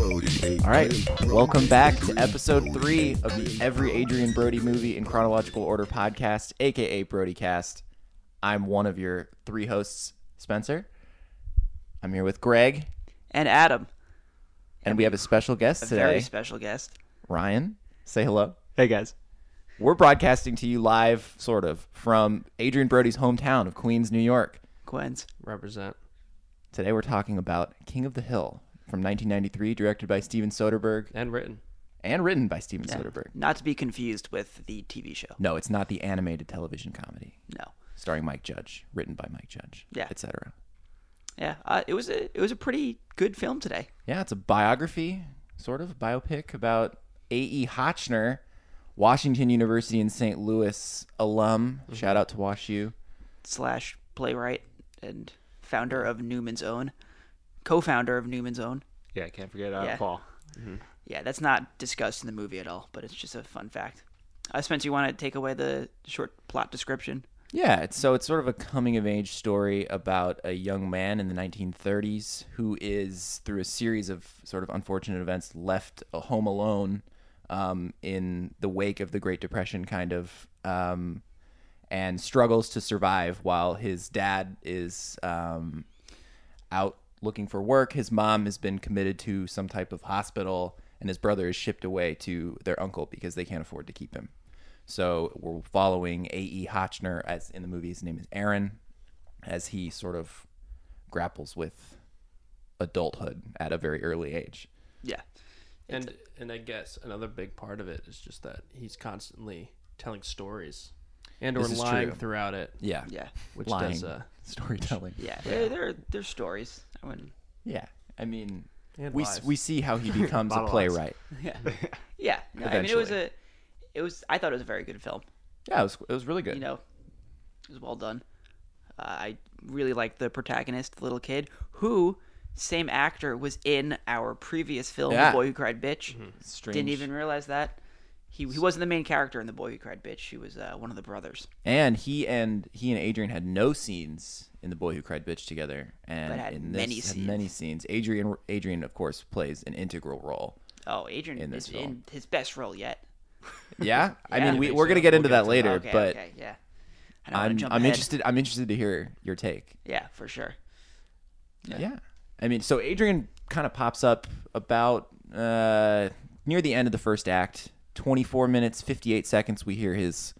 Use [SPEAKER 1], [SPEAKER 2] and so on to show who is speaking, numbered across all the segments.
[SPEAKER 1] All right, welcome back to episode three of the Every Adrian Brody Movie in Chronological Order podcast, aka Brodycast. I'm one of your three hosts, Spencer. I'm here with Greg,
[SPEAKER 2] and Adam,
[SPEAKER 1] and we have a special guest
[SPEAKER 2] a
[SPEAKER 1] today,
[SPEAKER 2] very special guest.
[SPEAKER 1] Ryan. Say hello.
[SPEAKER 3] Hey guys.
[SPEAKER 1] We're broadcasting to you live, sort of, from Adrian Brody's hometown of Queens, New York.
[SPEAKER 2] Quinn's
[SPEAKER 3] Represent.
[SPEAKER 1] Today we're talking about King of the Hill from 1993, directed by Steven Soderbergh
[SPEAKER 3] And written.
[SPEAKER 1] and written by Steven Soderbergh.
[SPEAKER 2] not to be confused with the TV show.
[SPEAKER 1] No, it's not the animated television comedy.
[SPEAKER 2] No,
[SPEAKER 1] starring Mike Judge, written by Mike Judge,
[SPEAKER 2] Yeah.
[SPEAKER 1] etc.
[SPEAKER 2] yeah, uh, it was a it was a pretty good film today.
[SPEAKER 1] Yeah, it's a biography, sort of biopic about A.E. Hotchner, Washington University in St. Louis alum. Shout out to Wash U.
[SPEAKER 2] Slash playwright and founder of Newman's Own, co-founder of Newman's Own.
[SPEAKER 3] Yeah, can't forget uh,
[SPEAKER 2] Yeah.
[SPEAKER 3] Paul.
[SPEAKER 2] Yeah, that's not discussed in the movie at all, but it's just a fun fact. Uh, Spencer, you want to take away the short plot description?
[SPEAKER 1] Yeah, it's, so it's sort of a coming of age story about a young man in the 1930s who is, through a series of sort of unfortunate events, left uh, home alone um, in the wake of the Great Depression, kind of, um, and struggles to survive while his dad is um, out looking for work. His mom has been committed to some type of hospital, and his brother is shipped away to their uncle because they can't afford to keep him. So we're following A.E. Hotchner, as in the movie, his name is Aaron, as he sort of grapples with adulthood at a very early age.
[SPEAKER 2] Yeah,
[SPEAKER 3] And and I guess another big part of it is just that he's constantly telling stories and or
[SPEAKER 1] This is
[SPEAKER 3] lying
[SPEAKER 1] true.
[SPEAKER 3] throughout it,
[SPEAKER 1] Yeah.
[SPEAKER 2] yeah,
[SPEAKER 3] which
[SPEAKER 1] Lying.
[SPEAKER 3] does uh
[SPEAKER 1] Storytelling.
[SPEAKER 2] yeah. There, there, are- there's stories. I wouldn't.
[SPEAKER 1] Yeah. I mean,
[SPEAKER 3] And
[SPEAKER 1] we,
[SPEAKER 3] lies.
[SPEAKER 1] we see how he becomes a
[SPEAKER 3] Monologues.
[SPEAKER 1] playwright.
[SPEAKER 2] Yeah, yeah. No, I mean, it was
[SPEAKER 1] Eventually.
[SPEAKER 2] a, it was. I thought it was a very good film.
[SPEAKER 1] Yeah, it was, it was really good.
[SPEAKER 2] you know, it was well done. Uh, I really liked the protagonist, the little kid, who same actor was in our previous film,
[SPEAKER 1] Yeah.
[SPEAKER 2] The Boy Who Cried Bitch.
[SPEAKER 3] Mm-hmm.
[SPEAKER 1] Strange.
[SPEAKER 2] Didn't even realize that. He, he wasn't the main character in The Boy Who Cried Bitch. He was uh, one of the brothers.
[SPEAKER 1] And he and he and Adrian had no scenes in The Boy Who Cried Bitch together, and
[SPEAKER 2] But had
[SPEAKER 1] in this,
[SPEAKER 2] many
[SPEAKER 1] had
[SPEAKER 2] scenes.
[SPEAKER 1] many scenes. Adrian, Adrian, of course, plays an integral role.
[SPEAKER 2] Oh, Adrian
[SPEAKER 1] In this
[SPEAKER 2] is in his best role yet.
[SPEAKER 1] Yeah, I
[SPEAKER 2] Yeah.
[SPEAKER 1] mean, we,
[SPEAKER 3] Think
[SPEAKER 1] we're
[SPEAKER 3] so.
[SPEAKER 1] gonna get
[SPEAKER 3] We'll
[SPEAKER 1] into
[SPEAKER 3] get
[SPEAKER 1] that
[SPEAKER 3] into that.
[SPEAKER 1] later,
[SPEAKER 2] Okay,
[SPEAKER 1] but
[SPEAKER 2] okay, yeah. I don't wanna
[SPEAKER 1] I'm
[SPEAKER 2] jump
[SPEAKER 1] I'm
[SPEAKER 2] ahead.
[SPEAKER 1] interested. I'm interested to hear your take.
[SPEAKER 2] Yeah, for sure.
[SPEAKER 1] Yeah. I mean, so Adrian kind of pops up about uh, near the end of the first act. 24 minutes 58 seconds. We hear his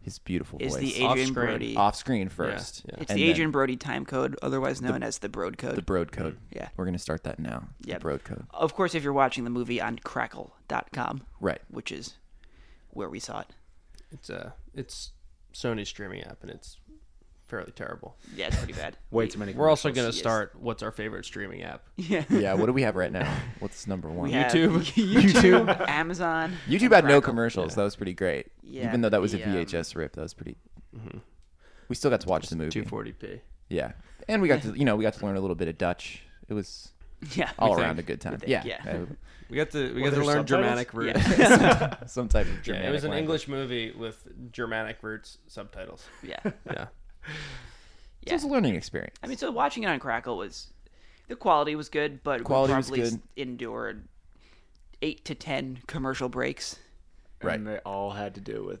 [SPEAKER 1] his beautiful
[SPEAKER 2] Is
[SPEAKER 1] voice
[SPEAKER 2] the
[SPEAKER 1] off,
[SPEAKER 2] Adrian
[SPEAKER 3] screen.
[SPEAKER 2] Brody?
[SPEAKER 1] off screen first.
[SPEAKER 3] yeah.
[SPEAKER 2] It's
[SPEAKER 1] and
[SPEAKER 2] the
[SPEAKER 1] then
[SPEAKER 2] Adrian Brody time code, otherwise known as the Brode code.
[SPEAKER 1] The Broad Code.
[SPEAKER 2] Mm-hmm. Yeah.
[SPEAKER 1] we're gonna start that now.
[SPEAKER 2] Yep.
[SPEAKER 1] The Broad Code.
[SPEAKER 2] Of course, if you're watching the movie on crackle.com,
[SPEAKER 1] Right.
[SPEAKER 2] which is where we saw it.
[SPEAKER 3] it's uh it's Sony's streaming app and it's fairly terrible.
[SPEAKER 2] Yeah, it's pretty bad.
[SPEAKER 4] Way too many.
[SPEAKER 3] We're also gonna
[SPEAKER 2] Yes.
[SPEAKER 3] start what's our favorite streaming app.
[SPEAKER 2] Yeah.
[SPEAKER 1] Yeah. What do we have right now? What's number one?
[SPEAKER 2] We have
[SPEAKER 3] YouTube.
[SPEAKER 2] YouTube, Amazon.
[SPEAKER 1] YouTube
[SPEAKER 2] and
[SPEAKER 1] had no
[SPEAKER 2] Crackle.
[SPEAKER 1] commercials. That was pretty great.
[SPEAKER 2] Yeah,
[SPEAKER 1] Even though that was
[SPEAKER 2] the,
[SPEAKER 1] a
[SPEAKER 2] um,
[SPEAKER 1] VHS rip, that was pretty. We still got to watch the movie.
[SPEAKER 3] Mm-hmm. Two forty P.
[SPEAKER 1] Yeah, and we got to you know we got to learn a little bit of Dutch. It was
[SPEAKER 2] Yeah.
[SPEAKER 1] all
[SPEAKER 3] think.
[SPEAKER 1] around a good time.
[SPEAKER 2] think,
[SPEAKER 1] Yeah,
[SPEAKER 2] yeah.
[SPEAKER 4] We got to we
[SPEAKER 3] Were there
[SPEAKER 4] got to learn
[SPEAKER 3] subtitles?
[SPEAKER 4] Germanic roots.
[SPEAKER 2] Yeah.
[SPEAKER 1] Uh, some type of Germanic.
[SPEAKER 3] it was an
[SPEAKER 1] language.
[SPEAKER 3] English movie with Germanic roots subtitles.
[SPEAKER 2] yeah.
[SPEAKER 3] Yeah.
[SPEAKER 1] It was a learning experience.
[SPEAKER 2] I mean, so watching it on Crackle was the quality was good, but
[SPEAKER 1] Quality
[SPEAKER 2] we
[SPEAKER 1] was
[SPEAKER 2] probably
[SPEAKER 1] good.
[SPEAKER 2] endured eight to ten commercial breaks.
[SPEAKER 1] Right.
[SPEAKER 4] And they all had to do with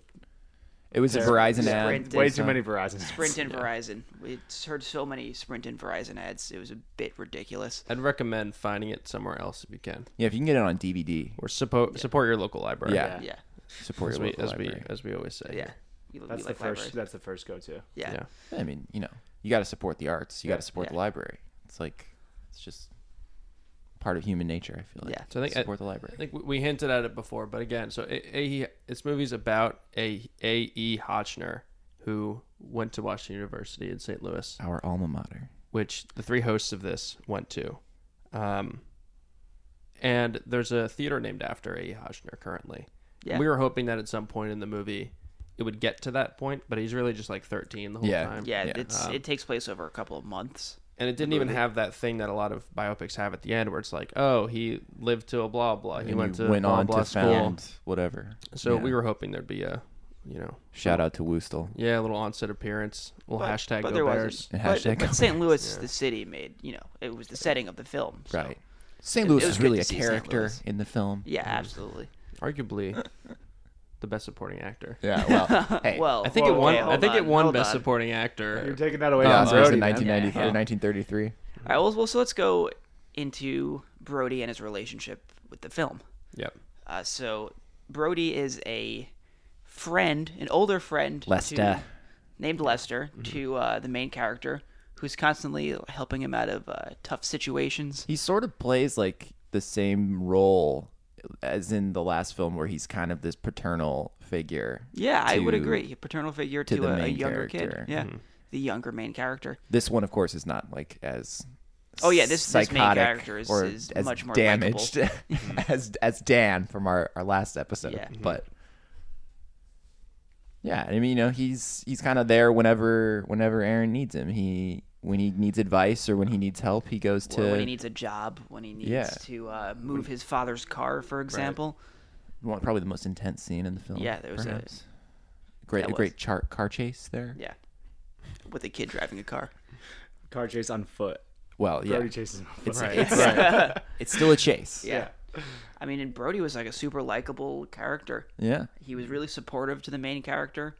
[SPEAKER 1] It was a
[SPEAKER 4] Terrible.
[SPEAKER 1] Verizon ad.
[SPEAKER 2] Sprint.
[SPEAKER 4] way
[SPEAKER 1] It's
[SPEAKER 4] too
[SPEAKER 1] not-
[SPEAKER 4] many Verizon.
[SPEAKER 2] Sprint and Verizon. We heard so many Sprint and Verizon ads. It was a bit ridiculous.
[SPEAKER 3] I'd recommend finding it somewhere else if you can,
[SPEAKER 1] Yeah, if you can get it on DVD,
[SPEAKER 3] or support support your local library.
[SPEAKER 1] Yeah.
[SPEAKER 2] Yeah.
[SPEAKER 1] support
[SPEAKER 3] as
[SPEAKER 1] your
[SPEAKER 3] we
[SPEAKER 1] local
[SPEAKER 3] as we
[SPEAKER 1] library.
[SPEAKER 3] as we always say.
[SPEAKER 2] Yeah.
[SPEAKER 3] here.
[SPEAKER 2] We, we
[SPEAKER 4] That's the
[SPEAKER 2] like
[SPEAKER 4] first.
[SPEAKER 2] libraries.
[SPEAKER 4] That's the first go to.
[SPEAKER 2] Yeah.
[SPEAKER 3] yeah.
[SPEAKER 1] I mean, you know, you got to support the arts. You got to support the
[SPEAKER 2] Yeah.
[SPEAKER 1] library. It's like it's just part of human nature. I feel like.
[SPEAKER 2] Yeah.
[SPEAKER 3] So I think
[SPEAKER 1] support
[SPEAKER 3] I,
[SPEAKER 1] the library.
[SPEAKER 3] I think we- we hinted at it before, but again, so a, a, this movie's about a a e Hotchner who went to Washington University in St. Louis,
[SPEAKER 1] Our alma mater.
[SPEAKER 3] which the three hosts of this went to, um, and there's a theater named after a e Hotchner currently.
[SPEAKER 2] Yeah.
[SPEAKER 3] We were hoping that at some point in the movie it would get to that point, but he's really just like 13 the whole
[SPEAKER 1] Yeah.
[SPEAKER 3] time.
[SPEAKER 2] Yeah,
[SPEAKER 1] Yeah. um,
[SPEAKER 2] it's it takes place over a couple of months.
[SPEAKER 3] And it didn't even have that thing that a lot of biopics have at the end, where it's like, oh, he lived to a blah blah. He
[SPEAKER 1] And
[SPEAKER 3] went
[SPEAKER 1] you
[SPEAKER 3] to
[SPEAKER 1] went
[SPEAKER 3] blah
[SPEAKER 1] on
[SPEAKER 3] blah
[SPEAKER 1] to
[SPEAKER 3] school.
[SPEAKER 1] found whatever.
[SPEAKER 3] So
[SPEAKER 1] Yeah.
[SPEAKER 3] we were hoping there'd be a, you know,
[SPEAKER 1] shout out to Woostel.
[SPEAKER 3] yeah, a little onset appearance, a little hashtag
[SPEAKER 2] but
[SPEAKER 3] go
[SPEAKER 2] there
[SPEAKER 3] Bears.
[SPEAKER 2] wasn't.
[SPEAKER 1] And hashtag
[SPEAKER 2] But,
[SPEAKER 1] go
[SPEAKER 2] but St. Louis, the city, made you know it was the setting of the film. so-
[SPEAKER 1] Right. So, St.
[SPEAKER 2] It- it
[SPEAKER 1] Louis
[SPEAKER 2] was
[SPEAKER 1] is
[SPEAKER 2] good
[SPEAKER 1] really
[SPEAKER 2] to
[SPEAKER 1] a
[SPEAKER 2] see St.
[SPEAKER 1] character
[SPEAKER 2] Louis.
[SPEAKER 1] in the film.
[SPEAKER 2] Yeah, absolutely.
[SPEAKER 3] Arguably the best supporting actor.
[SPEAKER 1] Yeah, well, hey,
[SPEAKER 2] well,
[SPEAKER 3] I think
[SPEAKER 2] whoa,
[SPEAKER 3] it won.
[SPEAKER 2] wait,
[SPEAKER 3] I
[SPEAKER 2] hold
[SPEAKER 3] think it
[SPEAKER 2] on,
[SPEAKER 3] won
[SPEAKER 2] hold
[SPEAKER 3] best
[SPEAKER 2] on.
[SPEAKER 3] supporting
[SPEAKER 4] You're
[SPEAKER 3] actor.
[SPEAKER 4] taking that away
[SPEAKER 1] Oh,
[SPEAKER 4] from
[SPEAKER 1] so it's in
[SPEAKER 4] Brody, man.
[SPEAKER 1] 1990,
[SPEAKER 2] Yeah.
[SPEAKER 1] 1933.
[SPEAKER 2] All right, well, well, so let's go into Brody and his relationship with the film.
[SPEAKER 3] Yep.
[SPEAKER 2] Uh, so Brody is a friend, an older friend, to-
[SPEAKER 1] Lester.
[SPEAKER 2] named Lester,
[SPEAKER 3] Mm-hmm.
[SPEAKER 2] to uh, the main character, who's constantly helping him out of uh, tough situations.
[SPEAKER 1] He sort of plays like the same role as in the last film, where he's kind of this paternal figure.
[SPEAKER 2] Yeah, I would
[SPEAKER 1] to-
[SPEAKER 2] agree. A paternal figure to,
[SPEAKER 1] the
[SPEAKER 2] a, a
[SPEAKER 1] main
[SPEAKER 2] younger
[SPEAKER 1] character.
[SPEAKER 2] kid. Yeah,
[SPEAKER 3] Mm-hmm.
[SPEAKER 2] the younger main character.
[SPEAKER 1] This one, of course, is not like as
[SPEAKER 2] Oh, yeah, this- this main
[SPEAKER 1] psychotic
[SPEAKER 2] character is-
[SPEAKER 1] or
[SPEAKER 2] is
[SPEAKER 1] as
[SPEAKER 2] much more Mm-hmm.
[SPEAKER 1] damaged as as Dan from our our last episode,
[SPEAKER 2] Yeah. Mhm.
[SPEAKER 1] but. Yeah, I mean, you know, he's he's kind of there whenever whenever Aaron needs him. He when he needs advice or when he needs help, he goes
[SPEAKER 2] Or
[SPEAKER 1] to
[SPEAKER 2] when he needs a job, when he needs
[SPEAKER 1] Yeah.
[SPEAKER 2] to uh, move his father's car, for example.
[SPEAKER 1] Well, probably the most intense scene in the film.
[SPEAKER 2] Yeah, there was a-
[SPEAKER 1] perhaps. great
[SPEAKER 2] that
[SPEAKER 1] a
[SPEAKER 2] was-
[SPEAKER 1] great char- car chase there.
[SPEAKER 2] Yeah, with a kid driving a car.
[SPEAKER 4] Car chase on foot.
[SPEAKER 1] Well, yeah,
[SPEAKER 4] Brody chases on foot.
[SPEAKER 1] it's,
[SPEAKER 3] Right.
[SPEAKER 1] It's, it's still a chase.
[SPEAKER 2] Yeah. I mean, and Brody was like a super likable character.
[SPEAKER 1] yeah.
[SPEAKER 2] He was really supportive to the main character.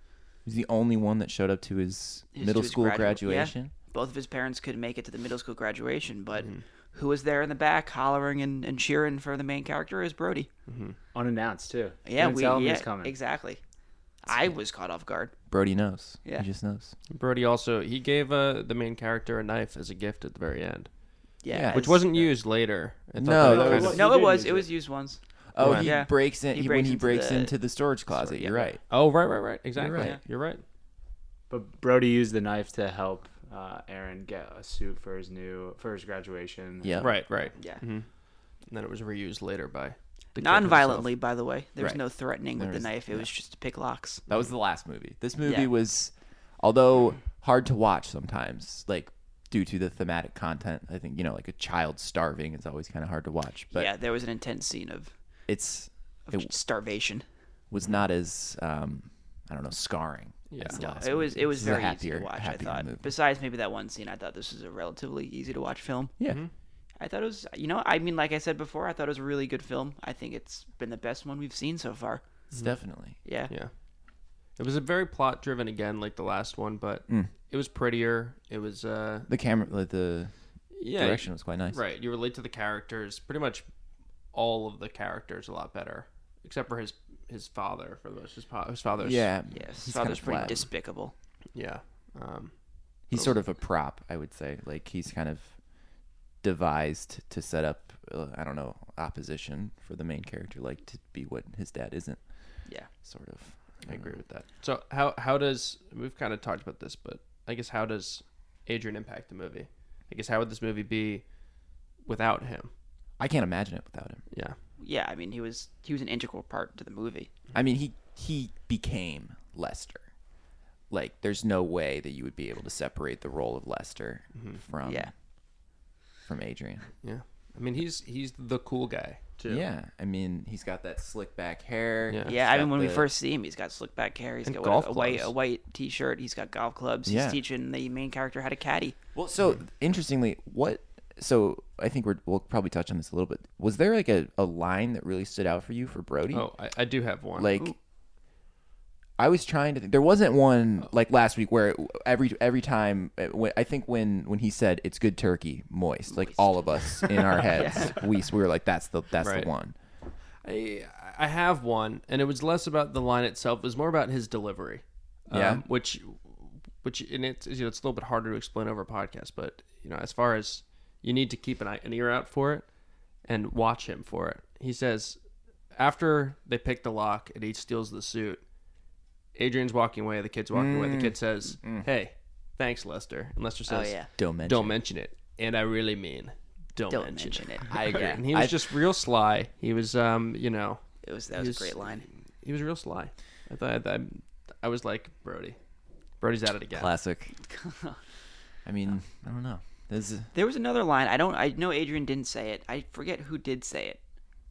[SPEAKER 1] He's the only one that showed up to his
[SPEAKER 2] His-
[SPEAKER 1] middle
[SPEAKER 2] to his
[SPEAKER 1] school
[SPEAKER 2] gradu-
[SPEAKER 1] graduation.
[SPEAKER 2] Yeah. Both of his parents could make it to the middle school graduation, but
[SPEAKER 4] Mm-hmm.
[SPEAKER 2] who was there in the back hollering and, and cheering for the main character is Brody.
[SPEAKER 4] Unannounced too.
[SPEAKER 2] Yeah,
[SPEAKER 4] Didn't
[SPEAKER 2] we
[SPEAKER 4] tell him he
[SPEAKER 2] yeah,
[SPEAKER 4] was coming.
[SPEAKER 2] exactly. I was caught off guard.
[SPEAKER 1] Brody knows.
[SPEAKER 2] Yeah.
[SPEAKER 1] He just knows.
[SPEAKER 3] Brody also he gave uh, the main character a knife as a gift at the very end,
[SPEAKER 2] Yeah,
[SPEAKER 1] Yeah.
[SPEAKER 3] which
[SPEAKER 2] as-
[SPEAKER 3] wasn't used later. I thought
[SPEAKER 1] No,
[SPEAKER 3] that
[SPEAKER 1] that
[SPEAKER 3] kind
[SPEAKER 1] was-
[SPEAKER 3] of-
[SPEAKER 2] no,
[SPEAKER 4] He
[SPEAKER 2] it
[SPEAKER 4] did
[SPEAKER 2] was
[SPEAKER 4] use
[SPEAKER 2] it
[SPEAKER 4] it.
[SPEAKER 2] was used once.
[SPEAKER 1] Oh,
[SPEAKER 3] Right.
[SPEAKER 1] he
[SPEAKER 2] Yeah.
[SPEAKER 1] breaks in.
[SPEAKER 2] He
[SPEAKER 1] He
[SPEAKER 2] breaks
[SPEAKER 1] when he
[SPEAKER 2] into
[SPEAKER 1] breaks
[SPEAKER 2] the-
[SPEAKER 1] into the storage closet.
[SPEAKER 2] yeah.
[SPEAKER 1] You're right.
[SPEAKER 3] Oh, right, right, right. Exactly.
[SPEAKER 1] right.
[SPEAKER 3] Yeah, You're right.
[SPEAKER 4] But Brody used the knife to help uh, Aaron get a suit for his new for his graduation.
[SPEAKER 1] Yeah.
[SPEAKER 3] Right, right. Mm-hmm.
[SPEAKER 2] Yeah,
[SPEAKER 3] And then it was reused later by the kid
[SPEAKER 2] non-violently, by the way. There was
[SPEAKER 1] Right.
[SPEAKER 2] no threatening with
[SPEAKER 1] There was-
[SPEAKER 2] the knife. It was just to pick locks.
[SPEAKER 1] That was the last movie. This movie
[SPEAKER 2] Yeah.
[SPEAKER 1] was, although hard to watch sometimes, like due to the thematic content. I think you know, like a child starving is always kind of hard to watch. But
[SPEAKER 2] yeah, there was an intense scene of,
[SPEAKER 1] it's
[SPEAKER 2] of starvation.
[SPEAKER 1] was not as um, I don't know scarring.
[SPEAKER 3] Yeah.
[SPEAKER 1] as the
[SPEAKER 2] No,
[SPEAKER 1] last
[SPEAKER 2] it was
[SPEAKER 1] movie.
[SPEAKER 2] it was
[SPEAKER 1] This is a
[SPEAKER 2] very
[SPEAKER 1] happier-
[SPEAKER 2] easy to watch. I
[SPEAKER 1] happier
[SPEAKER 2] thought.
[SPEAKER 1] movie.
[SPEAKER 2] Besides maybe that one scene, I thought this was a relatively easy to watch film.
[SPEAKER 1] yeah,
[SPEAKER 2] I thought it was, you know, I mean, like I said before, I thought it was a really good film. I think it's been the best one we've seen so far.
[SPEAKER 1] it's definitely
[SPEAKER 2] Yeah.
[SPEAKER 3] Yeah. It was a very plot driven again, like the last one, but
[SPEAKER 1] Mm.
[SPEAKER 3] it was prettier. It was uh
[SPEAKER 1] the camera. like, The
[SPEAKER 3] yeah
[SPEAKER 1] direction was quite nice.
[SPEAKER 3] Right. You relate to the characters, pretty much all of the characters a lot better. Except for his his father for the most his, pa- his father's
[SPEAKER 1] Yeah.
[SPEAKER 2] Yes.
[SPEAKER 1] He's
[SPEAKER 2] His father's
[SPEAKER 1] kind of
[SPEAKER 2] pretty
[SPEAKER 1] flat.
[SPEAKER 2] despicable.
[SPEAKER 3] Yeah. Um
[SPEAKER 1] He's sort of a prop, I would say. Like he's kind of devised to set up. Uh, I don't know opposition for the main character, like to be what his dad isn't.
[SPEAKER 2] Yeah.
[SPEAKER 1] Sort of.
[SPEAKER 3] I agree with that. So how how does we've kind of talked about this, but I guess how does Adrian impact the movie? I guess how would this movie be without him?
[SPEAKER 1] I can't imagine it without him.
[SPEAKER 3] Yeah.
[SPEAKER 2] Yeah. I mean, he was he was an integral part to the movie.
[SPEAKER 1] I mean, he he became Lester. Like, there's no way that you would be able to separate the role of Lester
[SPEAKER 3] Mm-hmm.
[SPEAKER 1] from
[SPEAKER 2] Yeah.
[SPEAKER 1] from Adrian.
[SPEAKER 3] Yeah. I mean, he's he's the cool guy too.
[SPEAKER 1] Yeah, I mean, he's got that slick back hair.
[SPEAKER 3] Yeah.
[SPEAKER 2] Yeah. I
[SPEAKER 1] He's
[SPEAKER 2] mean,
[SPEAKER 1] got
[SPEAKER 2] when we
[SPEAKER 1] the-
[SPEAKER 2] first see him, he's got slick back hair. He's
[SPEAKER 3] And
[SPEAKER 2] got
[SPEAKER 3] golf
[SPEAKER 2] what, a white a
[SPEAKER 3] clubs.
[SPEAKER 2] white t shirt. He's got golf clubs.
[SPEAKER 1] Yeah.
[SPEAKER 2] He's teaching the main character how to caddy.
[SPEAKER 1] Well, so interestingly, what? So I think we're, we'll probably touch on this a little bit. Was there like a, a line that really stood out for you for Brody?
[SPEAKER 3] Oh, I, I do have one.
[SPEAKER 1] like I was trying to think. There wasn't
[SPEAKER 3] Oh.
[SPEAKER 1] one like last week where it, every every time uh, when- I think when when he said it's good turkey moist, like all of us in our heads, we we were like that's the that's
[SPEAKER 3] Right.
[SPEAKER 1] the one.
[SPEAKER 3] I I have one, and it was less about the line itself. It was more about his delivery. Um,
[SPEAKER 1] Yeah.
[SPEAKER 3] which, which, and it's you know it's a little bit harder to explain over a podcast, but you know as far as you need to keep an eye an ear out for it and watch him for it. He says after they pick the lock and he steals the suit. Adrian's walking away. The kid's walking away. The kid says, "Hey, thanks, Lester." And Lester says,
[SPEAKER 2] yeah.
[SPEAKER 1] Don't mention.
[SPEAKER 3] Don't mention it. And I really mean don't,
[SPEAKER 2] Don't
[SPEAKER 3] mention,
[SPEAKER 2] mention
[SPEAKER 3] it.
[SPEAKER 2] it.
[SPEAKER 1] I agree.
[SPEAKER 3] And he was just real sly. He was, um, you know,
[SPEAKER 2] It was that was
[SPEAKER 3] He's-
[SPEAKER 2] a great line.
[SPEAKER 3] he was real sly. I thought I, I was like Brody. Brody's at it again.
[SPEAKER 1] classic. I mean, I don't know. This is,
[SPEAKER 2] There was another line. I don't. I know Adrian didn't say it. I forget who did say it,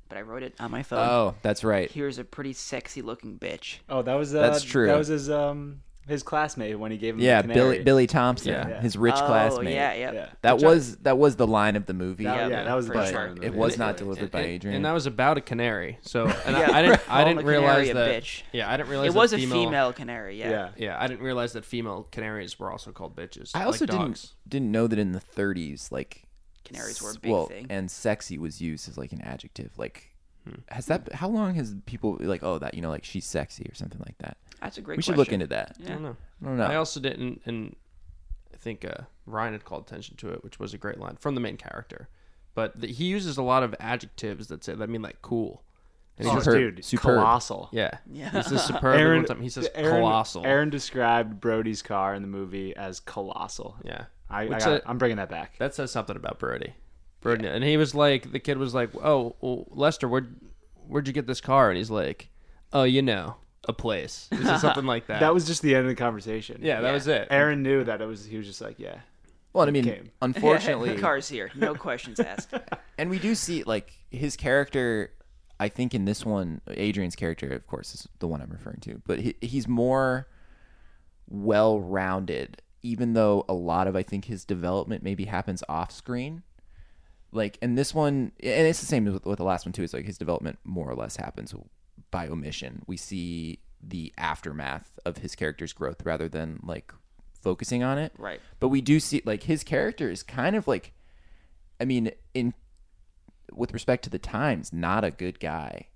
[SPEAKER 2] but I wrote it on my phone.
[SPEAKER 1] oh, that's right.
[SPEAKER 2] Here's a pretty sexy looking bitch.
[SPEAKER 4] Oh, that was uh,
[SPEAKER 1] That's true.
[SPEAKER 4] That was his um his classmate when he gave him
[SPEAKER 1] Yeah,
[SPEAKER 4] the
[SPEAKER 1] Billy
[SPEAKER 4] canary.
[SPEAKER 1] Billy Thompson,
[SPEAKER 3] Yeah.
[SPEAKER 1] his rich
[SPEAKER 2] oh,
[SPEAKER 1] classmate.
[SPEAKER 2] Yeah, yeah.
[SPEAKER 4] Yeah.
[SPEAKER 1] That
[SPEAKER 4] Which I-
[SPEAKER 1] was that was the line of the movie.
[SPEAKER 4] That-
[SPEAKER 2] Yeah,
[SPEAKER 4] yeah, that was the
[SPEAKER 2] for
[SPEAKER 4] best
[SPEAKER 1] but
[SPEAKER 2] sure.
[SPEAKER 4] part of the
[SPEAKER 1] it
[SPEAKER 4] movie.
[SPEAKER 1] was
[SPEAKER 4] And
[SPEAKER 1] not delivered by
[SPEAKER 3] and,
[SPEAKER 1] Adrian.
[SPEAKER 3] and that was about a canary. So and
[SPEAKER 2] Yeah,
[SPEAKER 3] I, I didn't I
[SPEAKER 2] call
[SPEAKER 3] didn't
[SPEAKER 2] the canary
[SPEAKER 3] realize
[SPEAKER 2] a
[SPEAKER 3] that.
[SPEAKER 2] bitch.
[SPEAKER 3] Yeah, I didn't realize
[SPEAKER 2] It was
[SPEAKER 3] that
[SPEAKER 2] a female canary, yeah.
[SPEAKER 4] Yeah.
[SPEAKER 3] Yeah, I didn't realize that female canaries were also called bitches.
[SPEAKER 1] I also
[SPEAKER 3] like
[SPEAKER 1] didn't
[SPEAKER 3] dogs.
[SPEAKER 1] didn't know that in the 30s, like
[SPEAKER 2] Canaries were a
[SPEAKER 1] s-
[SPEAKER 2] big
[SPEAKER 1] well,
[SPEAKER 2] thing.
[SPEAKER 1] and sexy was used as like an adjective. Like,
[SPEAKER 4] Hmm.
[SPEAKER 1] has that? How long has people like? Oh, that you know, like she's sexy or something like that.
[SPEAKER 2] That's a great
[SPEAKER 1] we should
[SPEAKER 2] question.
[SPEAKER 1] look into that.
[SPEAKER 3] I don't know.
[SPEAKER 1] I don't know.
[SPEAKER 3] I also didn't, and I think uh, Ryan had called attention to it, which was a great line from the main character. But the, he uses a lot of adjectives that say that mean like cool. And he
[SPEAKER 4] Oh,
[SPEAKER 3] says-
[SPEAKER 1] Superb.
[SPEAKER 4] dude,
[SPEAKER 1] Superb.
[SPEAKER 4] colossal.
[SPEAKER 3] yeah,
[SPEAKER 2] Yeah.
[SPEAKER 3] He says superb. and one time he says
[SPEAKER 4] Aaron-
[SPEAKER 3] colossal.
[SPEAKER 4] Aaron described Brody's car in the movie as colossal.
[SPEAKER 3] yeah,
[SPEAKER 4] I, I
[SPEAKER 3] Which,
[SPEAKER 4] got,
[SPEAKER 3] uh,
[SPEAKER 4] I'm bringing that back.
[SPEAKER 3] that says something about Brody. Brody, and he was like, the kid was like, "Oh, well, Lester, where, where'd you get this car?" And he's like, "Oh, you know, a place." He said something like that.
[SPEAKER 4] That was just the end of the conversation.
[SPEAKER 3] yeah, that was it.
[SPEAKER 4] Aaron knew that it was. He was just like, yeah,
[SPEAKER 1] well, and I mean,
[SPEAKER 4] came.
[SPEAKER 1] unfortunately,
[SPEAKER 2] the car's here. No questions asked.
[SPEAKER 1] and we do see like his character. I think in this one, Adrian's character, of course, is the one I'm referring to, but he, he's more well-rounded. Even though a lot of I think his development maybe happens off-screen, like and this one and it's the same with, with the last one too it's like his development more or less happens by omission we see the aftermath of his character's growth rather than like focusing on it
[SPEAKER 2] Right.
[SPEAKER 1] but we do see like his character is kind of like i mean in with respect to the times not a good guy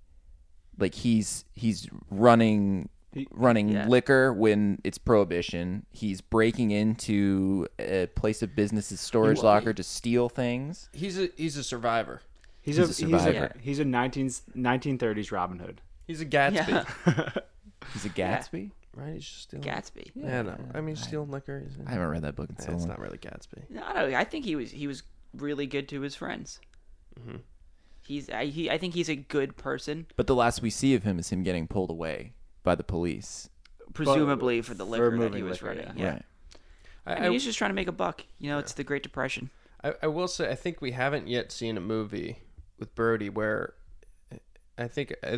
[SPEAKER 1] like he's he's running running
[SPEAKER 2] yeah.
[SPEAKER 1] liquor when it's prohibition he's breaking into a place of business's storage locker to steal things
[SPEAKER 3] He's a he's a survivor.
[SPEAKER 4] he's,
[SPEAKER 1] He's
[SPEAKER 4] a,
[SPEAKER 1] a
[SPEAKER 4] He's a,
[SPEAKER 1] survivor.
[SPEAKER 4] he's a 19, 1930s Robin Hood.
[SPEAKER 3] He's a Gatsby.
[SPEAKER 2] Yeah.
[SPEAKER 1] He's a Gatsby.
[SPEAKER 3] Right? He's just stealing.
[SPEAKER 2] Gatsby.
[SPEAKER 3] Yeah, no. I mean, stealing liquor. Is
[SPEAKER 1] I haven't read that book in so
[SPEAKER 3] it's
[SPEAKER 1] long.
[SPEAKER 3] not really Gatsby.
[SPEAKER 2] No, I don't- I think he was he was really good to his friends. He's I, he I think he's a good person,
[SPEAKER 1] But the last we see of him is him getting pulled away by the police.
[SPEAKER 2] presumably for the liquor that he
[SPEAKER 4] moving
[SPEAKER 2] was
[SPEAKER 4] liquor,
[SPEAKER 2] running.
[SPEAKER 1] Yeah.
[SPEAKER 2] Yeah,
[SPEAKER 1] Right.
[SPEAKER 3] I,
[SPEAKER 2] I mean, he's just trying to make a buck. You know, it's the Great Depression.
[SPEAKER 3] I, I will say, I think we haven't yet seen a movie with Brody where I think, uh,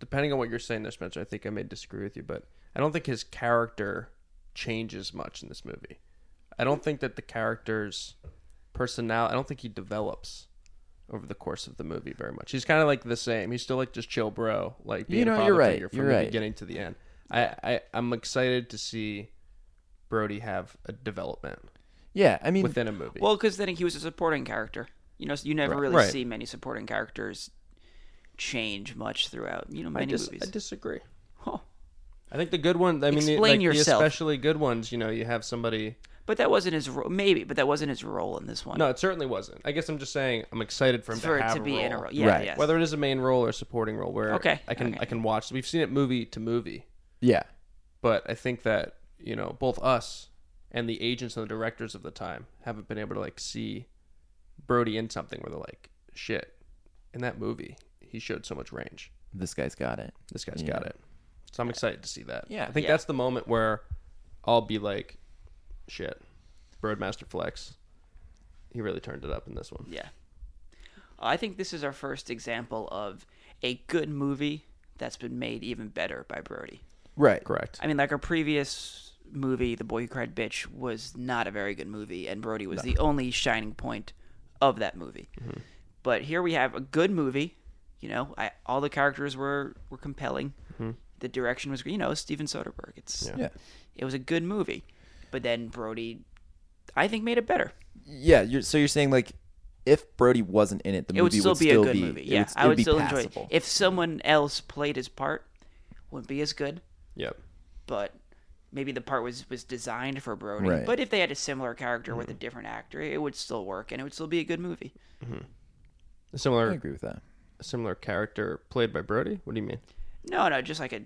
[SPEAKER 3] depending on what you're saying there, Spencer, I think I may disagree with you, but I don't think his character changes much in this movie. I don't think that the character's personality, I don't think he develops over the course of the movie very much. He's kind of like the same. He's still like just chill bro, like being
[SPEAKER 1] know,
[SPEAKER 3] a father
[SPEAKER 1] you're right,
[SPEAKER 3] figure from
[SPEAKER 1] you're
[SPEAKER 3] the
[SPEAKER 1] right.
[SPEAKER 3] beginning to the end. I, I, I'm excited to see Brody have a development
[SPEAKER 1] Yeah. I mean,
[SPEAKER 3] within a movie.
[SPEAKER 2] Well, because then he was a supporting character. You know, so you never really
[SPEAKER 3] Right.
[SPEAKER 2] see many supporting characters change much throughout. You know,
[SPEAKER 3] I,
[SPEAKER 2] many
[SPEAKER 3] dis- I
[SPEAKER 2] movies.
[SPEAKER 3] disagree.
[SPEAKER 2] Oh.
[SPEAKER 3] I think the good ones. I mean, the,
[SPEAKER 2] Explain
[SPEAKER 3] like,
[SPEAKER 2] yourself.
[SPEAKER 3] the especially good ones. You know, you have somebody.
[SPEAKER 2] But that wasn't his role. Maybe, but that wasn't his role in this one.
[SPEAKER 3] No, it certainly wasn't. I guess I'm just saying I'm excited for him
[SPEAKER 2] for
[SPEAKER 3] to
[SPEAKER 2] it
[SPEAKER 3] have
[SPEAKER 2] to be in a role. Yeah,
[SPEAKER 1] Right.
[SPEAKER 2] yes.
[SPEAKER 3] Whether it is a main role or a supporting role, where
[SPEAKER 2] Okay,
[SPEAKER 3] I can
[SPEAKER 2] okay.
[SPEAKER 3] I can watch. We've seen it movie to movie,
[SPEAKER 1] yeah.
[SPEAKER 3] but I think that you know both us and the agents and the directors of the time haven't been able to like see Brody in something where they're like, shit, in that movie he showed so much range.
[SPEAKER 1] This guy's got it.
[SPEAKER 3] this guy's
[SPEAKER 1] Yeah.
[SPEAKER 3] got it. So I'm excited to see that.
[SPEAKER 1] Yeah.
[SPEAKER 3] I think
[SPEAKER 2] Yeah.
[SPEAKER 3] that's the moment where I'll be like, shit, Roadmaster Flex. He really turned it up in this one.
[SPEAKER 2] Yeah. I think this is our first example of a good movie that's been made even better by Brody.
[SPEAKER 1] Right.
[SPEAKER 3] Correct.
[SPEAKER 2] I mean, like our previous movie, The Boy Who Cried Bitch, was not a very good movie, and Brody was the only shining point of that movie. But here we have a good movie. You know, I, all the characters were were compelling. The direction was, you know, Steven Soderbergh. It's
[SPEAKER 1] Yeah.
[SPEAKER 2] it was a good movie, but then Brody, I think, made it better.
[SPEAKER 1] Yeah. You're, so you're saying like, if Brody wasn't in it, the
[SPEAKER 2] it would
[SPEAKER 1] movie
[SPEAKER 2] still
[SPEAKER 1] would
[SPEAKER 2] be
[SPEAKER 1] still
[SPEAKER 2] a good
[SPEAKER 1] be.
[SPEAKER 2] movie.
[SPEAKER 1] it
[SPEAKER 2] Yeah,
[SPEAKER 1] would,
[SPEAKER 2] I
[SPEAKER 1] it
[SPEAKER 2] would still enjoy
[SPEAKER 1] passable.
[SPEAKER 2] it. If someone else played his part, wouldn't be as good.
[SPEAKER 3] Yep.
[SPEAKER 2] But maybe the part was was designed for Brody.
[SPEAKER 1] Right. Mm.
[SPEAKER 2] But if they had a similar character with a different actor, it would still work, and it would still be a good movie.
[SPEAKER 3] A
[SPEAKER 1] I
[SPEAKER 3] similar
[SPEAKER 1] agree with that.
[SPEAKER 3] a similar character played by Brody. What do you mean?
[SPEAKER 2] No, no, just like a,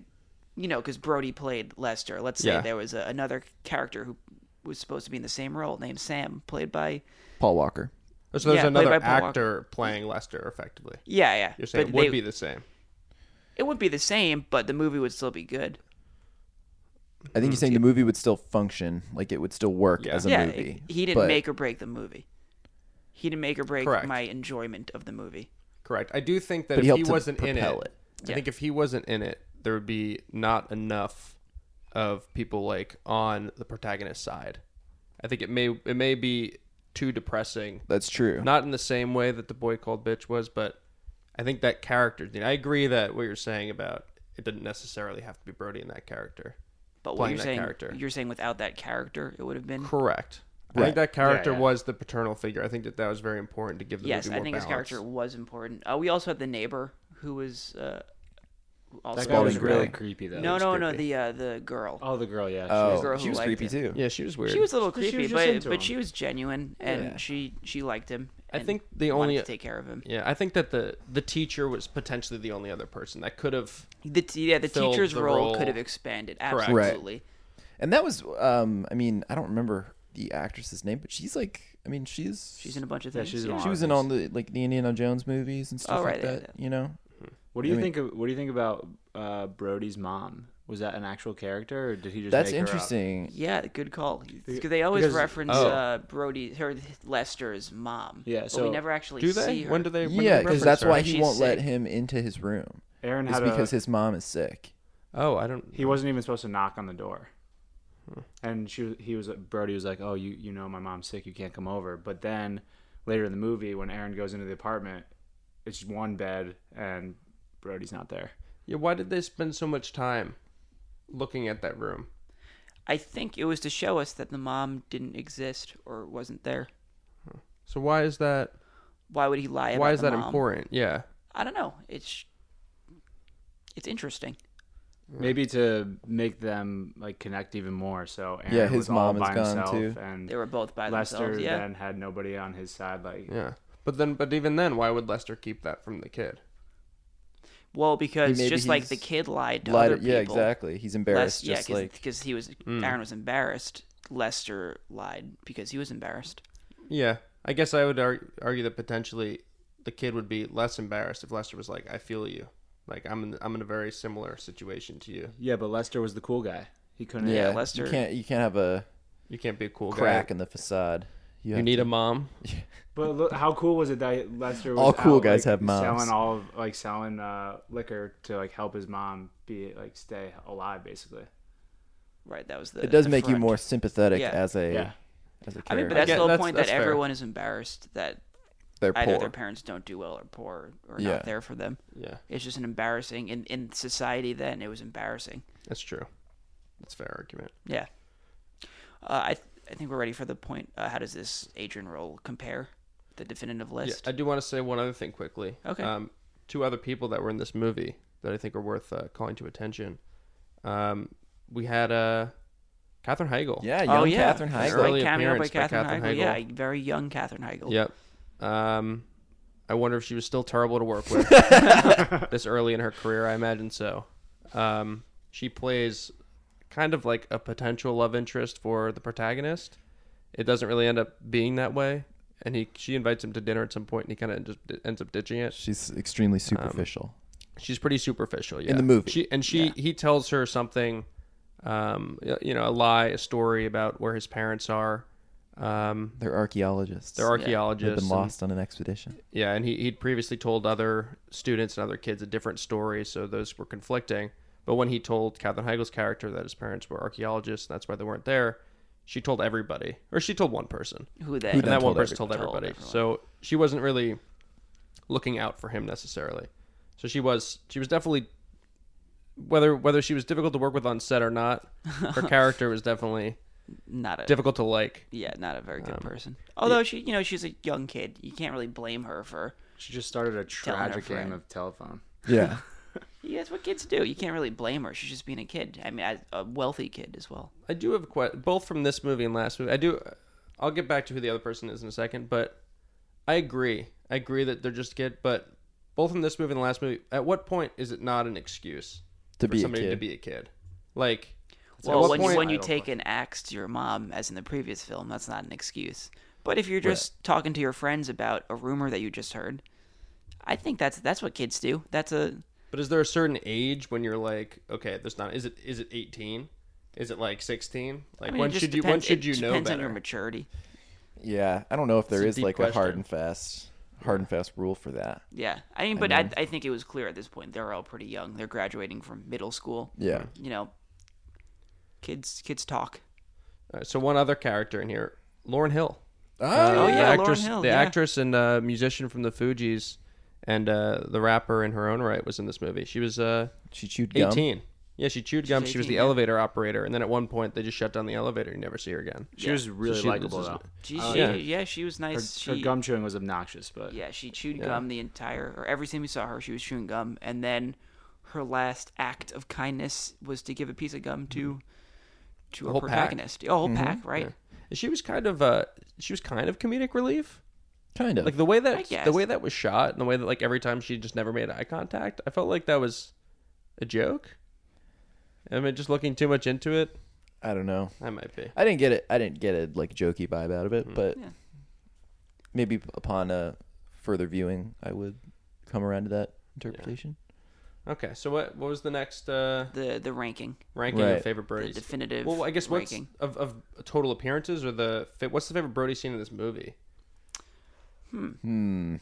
[SPEAKER 2] you know, because Brody played Lester. Let's say
[SPEAKER 3] Yeah.
[SPEAKER 2] there was a, another character who was supposed to be in the same role, named Sam, played by
[SPEAKER 1] Paul Walker.
[SPEAKER 3] Oh, So there's
[SPEAKER 2] Yeah, played by
[SPEAKER 3] another
[SPEAKER 2] Paul Walker.
[SPEAKER 3] actor playing Lester effectively.
[SPEAKER 2] yeah, yeah.
[SPEAKER 3] You're saying
[SPEAKER 2] But
[SPEAKER 3] it would
[SPEAKER 2] they-
[SPEAKER 3] be the same.
[SPEAKER 2] it would be the same, but the movie would still be good.
[SPEAKER 1] I think you're saying the movie would still function, like it would still work
[SPEAKER 3] Yeah.
[SPEAKER 1] as a
[SPEAKER 2] Mm, yeah,
[SPEAKER 1] movie.
[SPEAKER 2] it- he didn't
[SPEAKER 1] but-
[SPEAKER 2] make or break the movie. He didn't make or break
[SPEAKER 3] Correct.
[SPEAKER 2] my enjoyment of the movie.
[SPEAKER 3] Correct. I do think that
[SPEAKER 1] But he
[SPEAKER 3] if he
[SPEAKER 1] helped to
[SPEAKER 3] wasn't in it,
[SPEAKER 1] propel it.
[SPEAKER 3] I think if he wasn't in it, there would be not enough of people like on the protagonist's side. I think it may it may be too depressing
[SPEAKER 1] That's true.
[SPEAKER 3] not in the same way that the boy called bitch was, but I think that character. I agree that what you're saying about it didn't necessarily have to be Brody in that character.
[SPEAKER 2] But what
[SPEAKER 3] playing
[SPEAKER 2] you're
[SPEAKER 3] that
[SPEAKER 2] saying,
[SPEAKER 3] character.
[SPEAKER 2] you're saying without that character, it would have been.
[SPEAKER 3] Correct. I
[SPEAKER 1] Right.
[SPEAKER 3] think that character
[SPEAKER 4] yeah.
[SPEAKER 3] was the paternal figure. I think that that was very important to give the
[SPEAKER 2] Yes,
[SPEAKER 3] movie
[SPEAKER 2] I
[SPEAKER 3] more
[SPEAKER 2] think his
[SPEAKER 3] balance.
[SPEAKER 2] character was important. Uh, we also had the neighbor who was uh, also
[SPEAKER 4] That guy was
[SPEAKER 1] Spalding
[SPEAKER 4] really
[SPEAKER 1] Gray.
[SPEAKER 4] creepy though.
[SPEAKER 2] No,
[SPEAKER 4] It's
[SPEAKER 2] no, no.
[SPEAKER 4] creepy.
[SPEAKER 2] The uh, the girl.
[SPEAKER 4] oh, the girl. Yeah. she
[SPEAKER 1] oh,
[SPEAKER 4] was-
[SPEAKER 2] girl who
[SPEAKER 1] she was
[SPEAKER 2] liked
[SPEAKER 1] creepy
[SPEAKER 2] it.
[SPEAKER 1] too.
[SPEAKER 3] Yeah, she was weird.
[SPEAKER 2] She was a little
[SPEAKER 4] She was
[SPEAKER 2] creepy,
[SPEAKER 4] just
[SPEAKER 2] but
[SPEAKER 4] into
[SPEAKER 2] but
[SPEAKER 4] him.
[SPEAKER 2] she was genuine and
[SPEAKER 3] Yeah.
[SPEAKER 2] she she liked him.
[SPEAKER 3] I
[SPEAKER 2] and
[SPEAKER 3] think the
[SPEAKER 2] wanted
[SPEAKER 3] only-
[SPEAKER 2] to take care of him.
[SPEAKER 3] Yeah, I think that the the teacher was potentially the only other person that could have.
[SPEAKER 2] The t- yeah, the
[SPEAKER 3] filled
[SPEAKER 2] teacher's
[SPEAKER 3] the
[SPEAKER 2] role,
[SPEAKER 3] role.
[SPEAKER 2] could have expanded
[SPEAKER 3] Correct.
[SPEAKER 1] Right.
[SPEAKER 2] absolutely.
[SPEAKER 1] And that was, um, I mean, I don't remember the actress's name, but she's like, I mean, she's
[SPEAKER 2] She's in a bunch of
[SPEAKER 4] Yeah,
[SPEAKER 2] things.
[SPEAKER 4] she's in
[SPEAKER 2] yeah.
[SPEAKER 4] a lot
[SPEAKER 1] she was in all the like the Indiana Jones movies and stuff
[SPEAKER 2] Oh, right,
[SPEAKER 1] like
[SPEAKER 2] yeah,
[SPEAKER 1] that. You know,
[SPEAKER 4] What do you
[SPEAKER 1] I mean-
[SPEAKER 4] think? Of, what do you think about uh, Brody's mom? Was that an actual character, or did he just?
[SPEAKER 1] that's
[SPEAKER 4] make her up?
[SPEAKER 1] interesting.
[SPEAKER 2] Yeah, good call. 'Cause they always
[SPEAKER 4] Because-
[SPEAKER 2] reference
[SPEAKER 3] Oh.
[SPEAKER 2] uh, Brody, her Lester's mom.
[SPEAKER 4] Yeah,
[SPEAKER 2] but
[SPEAKER 4] so-
[SPEAKER 2] we never actually
[SPEAKER 3] Do
[SPEAKER 2] see
[SPEAKER 3] they?
[SPEAKER 2] her.
[SPEAKER 3] When do they? When do
[SPEAKER 1] Yeah,
[SPEAKER 3] they
[SPEAKER 1] because
[SPEAKER 3] reference
[SPEAKER 1] that's
[SPEAKER 3] her?
[SPEAKER 1] why he
[SPEAKER 2] She's
[SPEAKER 1] won't let
[SPEAKER 2] sick.
[SPEAKER 1] him into his room.
[SPEAKER 4] Aaron
[SPEAKER 1] It's
[SPEAKER 4] had
[SPEAKER 1] because
[SPEAKER 4] a,
[SPEAKER 1] his mom is sick.
[SPEAKER 3] Oh, I don't.
[SPEAKER 4] he wasn't even supposed to knock on the door,
[SPEAKER 1] Hmm.
[SPEAKER 4] and she was- he was Brody was like, "Oh, you you know my mom's sick, you can't come over." But then later in the movie, when Aaron goes into the apartment, it's just one bed and Brody's not there.
[SPEAKER 3] Yeah, why did they spend so much time looking at that room?
[SPEAKER 2] I think it was to show us that the mom didn't exist or wasn't there.
[SPEAKER 3] So why is that?
[SPEAKER 2] Why would he lie about
[SPEAKER 3] Why is
[SPEAKER 2] the
[SPEAKER 3] that
[SPEAKER 2] mom?
[SPEAKER 3] important? Yeah.
[SPEAKER 2] I don't know. It's it's interesting.
[SPEAKER 1] Hmm.
[SPEAKER 4] Maybe to make them like connect even more. So Aaron
[SPEAKER 1] Yeah, his
[SPEAKER 4] was all
[SPEAKER 1] mom is
[SPEAKER 4] by
[SPEAKER 1] gone,
[SPEAKER 4] himself,
[SPEAKER 1] too.
[SPEAKER 4] and
[SPEAKER 2] They were both by
[SPEAKER 4] Lester
[SPEAKER 2] themselves. Yeah.
[SPEAKER 4] then had nobody on his side. Like
[SPEAKER 3] Yeah. But then, but even then, why would Lester keep that from the kid?
[SPEAKER 2] Well, because
[SPEAKER 1] maybe
[SPEAKER 2] just like
[SPEAKER 1] he's
[SPEAKER 2] the kid lied to
[SPEAKER 1] Lied-
[SPEAKER 2] other people.
[SPEAKER 1] yeah, exactly. He's embarrassed,
[SPEAKER 2] Les- yeah,
[SPEAKER 1] just
[SPEAKER 2] cause,
[SPEAKER 1] like
[SPEAKER 2] 'cause he was Aaron was embarrassed. Lester lied because he was embarrassed.
[SPEAKER 3] Yeah, I guess I would argue, argue that potentially the kid would be less embarrassed if Lester was like, "I feel you. Like I'm in, I'm in a very similar situation to you.
[SPEAKER 4] yeah, but Lester was the cool guy. He couldn't.
[SPEAKER 1] yeah.
[SPEAKER 2] Lester-
[SPEAKER 1] You can't you can't have a
[SPEAKER 3] You can't be a cool
[SPEAKER 1] crack
[SPEAKER 3] guy.
[SPEAKER 1] in the facade.
[SPEAKER 3] You
[SPEAKER 1] have
[SPEAKER 3] need
[SPEAKER 1] to-
[SPEAKER 3] a mom.
[SPEAKER 4] But look, how cool was it that Lester was
[SPEAKER 1] All cool
[SPEAKER 4] out,
[SPEAKER 1] guys
[SPEAKER 4] like,
[SPEAKER 1] have moms.
[SPEAKER 4] selling all of, like selling uh, liquor to like help his mom be like stay alive basically.
[SPEAKER 2] Right. That was the.
[SPEAKER 1] It does
[SPEAKER 2] the
[SPEAKER 1] make you
[SPEAKER 2] front.
[SPEAKER 1] more sympathetic
[SPEAKER 2] Yeah.
[SPEAKER 1] as a
[SPEAKER 4] Yeah.
[SPEAKER 1] as a character.
[SPEAKER 2] I mean, but
[SPEAKER 3] I
[SPEAKER 2] that's
[SPEAKER 3] get-
[SPEAKER 2] the whole
[SPEAKER 3] that's-
[SPEAKER 2] point
[SPEAKER 3] that's
[SPEAKER 2] that
[SPEAKER 3] fair.
[SPEAKER 2] everyone is embarrassed that
[SPEAKER 1] They're
[SPEAKER 2] either
[SPEAKER 1] poor.
[SPEAKER 2] their parents don't do well or poor or
[SPEAKER 1] Yeah.
[SPEAKER 2] not there for them.
[SPEAKER 3] Yeah,
[SPEAKER 2] It's just an embarrassing in in society. Then it was embarrassing.
[SPEAKER 3] that's true. That's a fair argument.
[SPEAKER 2] Yeah. Uh, I th- I think we're ready for the point. Uh, how does this Adrian role compare? The definitive
[SPEAKER 3] Yeah,
[SPEAKER 1] uh,
[SPEAKER 2] list.
[SPEAKER 3] I do want to say one other thing quickly.
[SPEAKER 2] Okay.
[SPEAKER 3] Um, two other people that were in this movie that I think are worth uh, calling to attention. Um, we had uh, Katherine Heigl.
[SPEAKER 1] yeah, young
[SPEAKER 2] Oh yeah,
[SPEAKER 1] Catherine
[SPEAKER 2] An
[SPEAKER 1] Heigl.
[SPEAKER 3] early
[SPEAKER 2] Early cameo by
[SPEAKER 3] appearance by
[SPEAKER 2] Catherine
[SPEAKER 3] Katherine
[SPEAKER 2] Heigl.
[SPEAKER 3] Heigl.
[SPEAKER 2] Yeah, very young Catherine Heigl.
[SPEAKER 3] Yep. Um, I wonder if she was still terrible to work with this early in her career. I imagine so. Um, she plays kind of like a potential love interest for the protagonist. It doesn't really end up being that way, and he she invites him to dinner at some point, and he kind of just d- ends up ditching it.
[SPEAKER 1] She's
[SPEAKER 2] Um,
[SPEAKER 1] extremely superficial.
[SPEAKER 3] She's pretty superficial, yeah.
[SPEAKER 1] the movie.
[SPEAKER 3] she and she he tells her something, um, y- you know, a lie, a story about where his parents are. Um,
[SPEAKER 1] they're archaeologists.
[SPEAKER 3] they're archaeologists.
[SPEAKER 1] They've been
[SPEAKER 3] and-
[SPEAKER 1] lost on an expedition.
[SPEAKER 3] yeah, and he, he'd previously told other students and other kids a different story, so those were conflicting. But when he told Katherine Heigl's character that his parents were archaeologists and that's why they weren't there, she told everybody, or she told one person,
[SPEAKER 2] Who
[SPEAKER 1] Who
[SPEAKER 2] then?
[SPEAKER 1] then
[SPEAKER 3] and that one
[SPEAKER 1] told
[SPEAKER 3] person told
[SPEAKER 2] everybody.
[SPEAKER 3] everybody.
[SPEAKER 2] Told
[SPEAKER 3] so she wasn't really looking out for him necessarily. So she was she was definitely whether whether she was difficult to work with on set or not, her character was definitely
[SPEAKER 2] Not a
[SPEAKER 3] difficult to like.
[SPEAKER 2] yeah, not a very
[SPEAKER 3] Um,
[SPEAKER 2] good person. Although she, you know, she's a young kid. You can't really blame her for.
[SPEAKER 4] She just started a
[SPEAKER 2] her
[SPEAKER 4] tragic game
[SPEAKER 2] friend.
[SPEAKER 4] of telephone.
[SPEAKER 1] Yeah.
[SPEAKER 2] Yeah, that's what kids do. You can't really blame her. She's just being a kid. I mean, a a wealthy kid as well.
[SPEAKER 3] I do have a question, both from this movie and last movie. I do. I'll get back to who the other person is in a second, but I agree. I agree that they're just a kid, but both from this movie and the last movie. At what point is it not an excuse
[SPEAKER 1] To
[SPEAKER 3] for
[SPEAKER 1] be a
[SPEAKER 3] somebody to
[SPEAKER 1] kid.
[SPEAKER 3] be a kid? Like, at
[SPEAKER 2] Well,
[SPEAKER 3] what
[SPEAKER 2] when you,
[SPEAKER 3] point-
[SPEAKER 2] when you
[SPEAKER 4] I don't
[SPEAKER 2] take an axe to your mom, as in the previous film, that's not an excuse. But if you're just talking to your friends about a rumor that you just heard, I think that's that's what kids do. That's a
[SPEAKER 3] but is there a certain age when you're like, okay, there's not. Is it? Is it 18? Is it like 16? Like,
[SPEAKER 2] I mean,
[SPEAKER 3] when
[SPEAKER 2] it just
[SPEAKER 3] should you? When
[SPEAKER 2] depends-
[SPEAKER 3] should
[SPEAKER 2] it
[SPEAKER 3] you know
[SPEAKER 2] Depends on your
[SPEAKER 3] better?
[SPEAKER 2] maturity.
[SPEAKER 1] Yeah, I don't know if there
[SPEAKER 3] a
[SPEAKER 1] is
[SPEAKER 3] deep
[SPEAKER 1] like a hard
[SPEAKER 3] question.
[SPEAKER 1] and fast, hard and fast rule for that.
[SPEAKER 2] Yeah, I mean, but I, I think it
[SPEAKER 3] Hmm.
[SPEAKER 2] was clear at this point they're all pretty young. They're graduating from middle school.
[SPEAKER 1] Yeah,
[SPEAKER 2] You know, Kids, kids talk.
[SPEAKER 3] All right, Uh, so one other character in here, Lauren Hill. Uh,
[SPEAKER 2] Oh,
[SPEAKER 3] the
[SPEAKER 2] yeah, Lauryn
[SPEAKER 3] actress,
[SPEAKER 2] Hill,
[SPEAKER 3] the
[SPEAKER 2] yeah.
[SPEAKER 3] actress and uh, musician from the Fugees, and uh, the rapper in her own right was in this movie. She was uh,
[SPEAKER 1] She chewed gum.
[SPEAKER 3] eighteen. Yeah, she chewed gum. she was
[SPEAKER 2] 18,
[SPEAKER 3] the
[SPEAKER 2] yeah.
[SPEAKER 3] elevator operator, and then at one point they just shut down the elevator. You never see her again.
[SPEAKER 4] She was really
[SPEAKER 3] she-
[SPEAKER 4] likable
[SPEAKER 3] this is-
[SPEAKER 4] though.
[SPEAKER 2] She,
[SPEAKER 4] Uh,
[SPEAKER 2] she,
[SPEAKER 3] yeah.
[SPEAKER 2] yeah. she was
[SPEAKER 4] Her,
[SPEAKER 2] nice.
[SPEAKER 4] her
[SPEAKER 2] she,
[SPEAKER 4] gum chewing was obnoxious, but
[SPEAKER 2] Yeah, she chewed gum the entire, or every time we saw her, she was chewing gum. And then her last act of kindness was to give a piece of gum to to
[SPEAKER 3] Mm-hmm. whole
[SPEAKER 2] our
[SPEAKER 3] pack. Mm-hmm.
[SPEAKER 2] protagonist. Oh, whole pack, right?
[SPEAKER 3] She was kind of uh, she was kind of comedic relief.
[SPEAKER 1] Kind of.
[SPEAKER 3] Like the way that
[SPEAKER 2] guess.
[SPEAKER 3] the way that was shot, and the way that like every time she just never made eye contact. I felt like that was a joke. I mean, just looking too much into it,
[SPEAKER 1] I don't know.
[SPEAKER 3] I might be.
[SPEAKER 1] I didn't get it. I didn't get a like jokey vibe out of
[SPEAKER 3] Hmm.
[SPEAKER 1] it, but
[SPEAKER 2] Yeah.
[SPEAKER 1] maybe upon a further viewing, I would come around to that interpretation.
[SPEAKER 3] Okay, so what what was the next uh,
[SPEAKER 2] The the ranking,
[SPEAKER 3] ranking of
[SPEAKER 1] Right.
[SPEAKER 3] favorite
[SPEAKER 2] the
[SPEAKER 3] Brody's?
[SPEAKER 2] definitive.
[SPEAKER 3] Well, I guess what's
[SPEAKER 2] ranking.
[SPEAKER 3] of, of total appearances or the fa- what's the favorite Brody scene in this movie?
[SPEAKER 1] Hmm.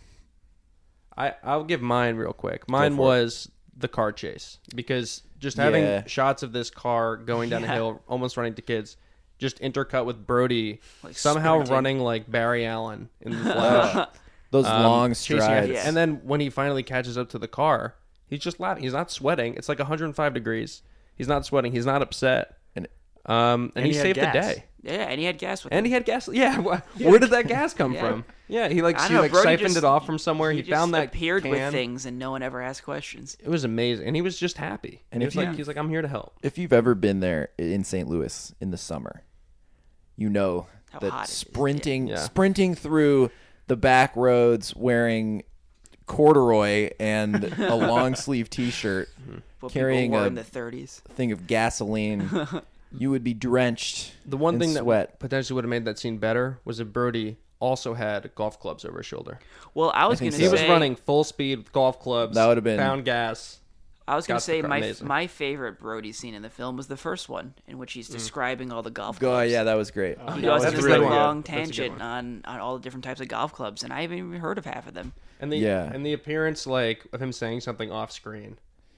[SPEAKER 3] I I'll give mine real quick. Mine
[SPEAKER 1] for it.
[SPEAKER 3] was the car chase because just having
[SPEAKER 1] Yeah.
[SPEAKER 3] shots of this car going down a
[SPEAKER 2] Yeah.
[SPEAKER 3] hill, almost running to kids, just intercut with Brody
[SPEAKER 2] Like
[SPEAKER 3] somehow
[SPEAKER 2] sprinting.
[SPEAKER 3] running like Barry Allen in the flash,
[SPEAKER 1] Those
[SPEAKER 3] um,
[SPEAKER 1] long
[SPEAKER 3] chasing after-
[SPEAKER 1] strides.
[SPEAKER 2] Yeah.
[SPEAKER 3] and then when he finally catches up to the car, he's just laughing. He's not sweating. It's like 105 degrees. He's not sweating. He's not upset.
[SPEAKER 1] And-
[SPEAKER 3] um, and, he,
[SPEAKER 4] he had
[SPEAKER 3] saved the
[SPEAKER 4] gas.
[SPEAKER 3] day.
[SPEAKER 2] Yeah, and he had gas with him.
[SPEAKER 3] And he had gas. Yeah, wh- where did that gas come
[SPEAKER 2] Yeah.
[SPEAKER 3] from? Yeah, he like
[SPEAKER 2] I
[SPEAKER 3] he
[SPEAKER 2] don't know,
[SPEAKER 3] like
[SPEAKER 2] Brody
[SPEAKER 3] siphoned
[SPEAKER 2] just-
[SPEAKER 3] it off from somewhere. He,
[SPEAKER 2] just
[SPEAKER 3] found that
[SPEAKER 2] appeared with
[SPEAKER 3] can.
[SPEAKER 2] things, and no one ever asked questions.
[SPEAKER 3] It was amazing, and he was just happy.
[SPEAKER 1] And
[SPEAKER 3] And he
[SPEAKER 1] if
[SPEAKER 3] was like,
[SPEAKER 1] you-
[SPEAKER 3] he's like, I'm here to help.
[SPEAKER 1] if you've ever been there in St. Louis in the summer, you know
[SPEAKER 2] How
[SPEAKER 1] that
[SPEAKER 2] hot it is, yeah.
[SPEAKER 1] sprinting
[SPEAKER 3] Yeah.
[SPEAKER 1] sprinting through the back roads wearing corduroy and a long sleeve t-shirt
[SPEAKER 3] Hmm.
[SPEAKER 2] What
[SPEAKER 1] Carrying
[SPEAKER 2] people were
[SPEAKER 1] a-
[SPEAKER 2] in the 30s.
[SPEAKER 1] thing of gasoline, you would be drenched.
[SPEAKER 3] The one
[SPEAKER 1] in
[SPEAKER 3] thing
[SPEAKER 1] sweat.
[SPEAKER 3] that potentially would have made that scene better was if Brody also had golf clubs over his shoulder.
[SPEAKER 2] Well, I was
[SPEAKER 1] think
[SPEAKER 2] gonna
[SPEAKER 1] so.
[SPEAKER 2] say
[SPEAKER 3] He was running full speed with golf clubs.
[SPEAKER 1] That would have been-
[SPEAKER 3] found gas.
[SPEAKER 2] I was gonna
[SPEAKER 3] Scott's
[SPEAKER 2] say
[SPEAKER 3] the-
[SPEAKER 2] my
[SPEAKER 3] amazing.
[SPEAKER 2] my favorite Brody scene in the film was the first one, in which he's describing all the golf
[SPEAKER 1] Oh
[SPEAKER 2] clubs.
[SPEAKER 1] yeah, that was great.
[SPEAKER 2] He
[SPEAKER 4] Yeah,
[SPEAKER 2] goes on
[SPEAKER 4] that's
[SPEAKER 2] this
[SPEAKER 4] really
[SPEAKER 2] like,
[SPEAKER 4] good.
[SPEAKER 2] long
[SPEAKER 4] That's a good
[SPEAKER 2] tangent
[SPEAKER 4] one.
[SPEAKER 2] on, on all the different types of golf clubs, and I haven't even heard of half of them.
[SPEAKER 3] And the
[SPEAKER 1] Yeah.
[SPEAKER 3] and the appearance like of him saying something off screen,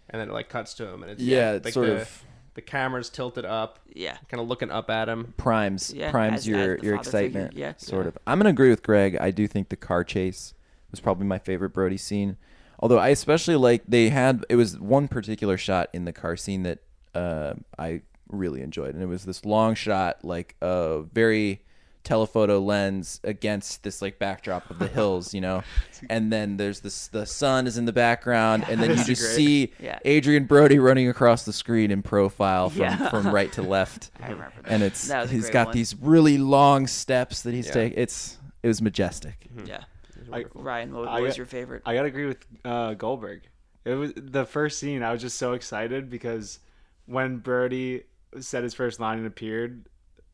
[SPEAKER 3] and then it like cuts to him, and it's
[SPEAKER 1] Yeah, it's
[SPEAKER 3] like
[SPEAKER 1] sort
[SPEAKER 3] the,
[SPEAKER 1] of-
[SPEAKER 3] the camera's tilted up,
[SPEAKER 2] Yeah,
[SPEAKER 3] kind of looking up at him.
[SPEAKER 1] primes
[SPEAKER 2] Yeah,
[SPEAKER 1] primes
[SPEAKER 2] as-
[SPEAKER 1] your
[SPEAKER 2] as the
[SPEAKER 1] your
[SPEAKER 2] father figure,
[SPEAKER 1] excitement.
[SPEAKER 2] yeah.
[SPEAKER 1] sort of. I'm gonna agree with Greg. I do think the car chase was probably my favorite Brody scene. Although I especially like they had it was one particular shot in the car scene that uh, I really enjoyed, and it was this long shot, like a very telephoto lens against this like backdrop of the hills, you know. And then there's this the sun is in the background, and then you just see
[SPEAKER 2] Yeah.
[SPEAKER 1] Adrian Brody running across the screen in profile from
[SPEAKER 2] Yeah.
[SPEAKER 1] from right to left
[SPEAKER 2] I remember. That.
[SPEAKER 1] and it's
[SPEAKER 2] That was a
[SPEAKER 1] he's
[SPEAKER 2] great
[SPEAKER 1] got
[SPEAKER 2] one.
[SPEAKER 1] these really long steps that he's
[SPEAKER 3] Yeah.
[SPEAKER 1] taking. It's it was majestic.
[SPEAKER 4] Mm-hmm.
[SPEAKER 2] Yeah,
[SPEAKER 4] I,
[SPEAKER 2] Ryan, what,
[SPEAKER 4] I-
[SPEAKER 2] what was your favorite?
[SPEAKER 4] I gotta agree with uh, Goldberg. It was the first scene. I was just so excited because when Brody said his first line and appeared,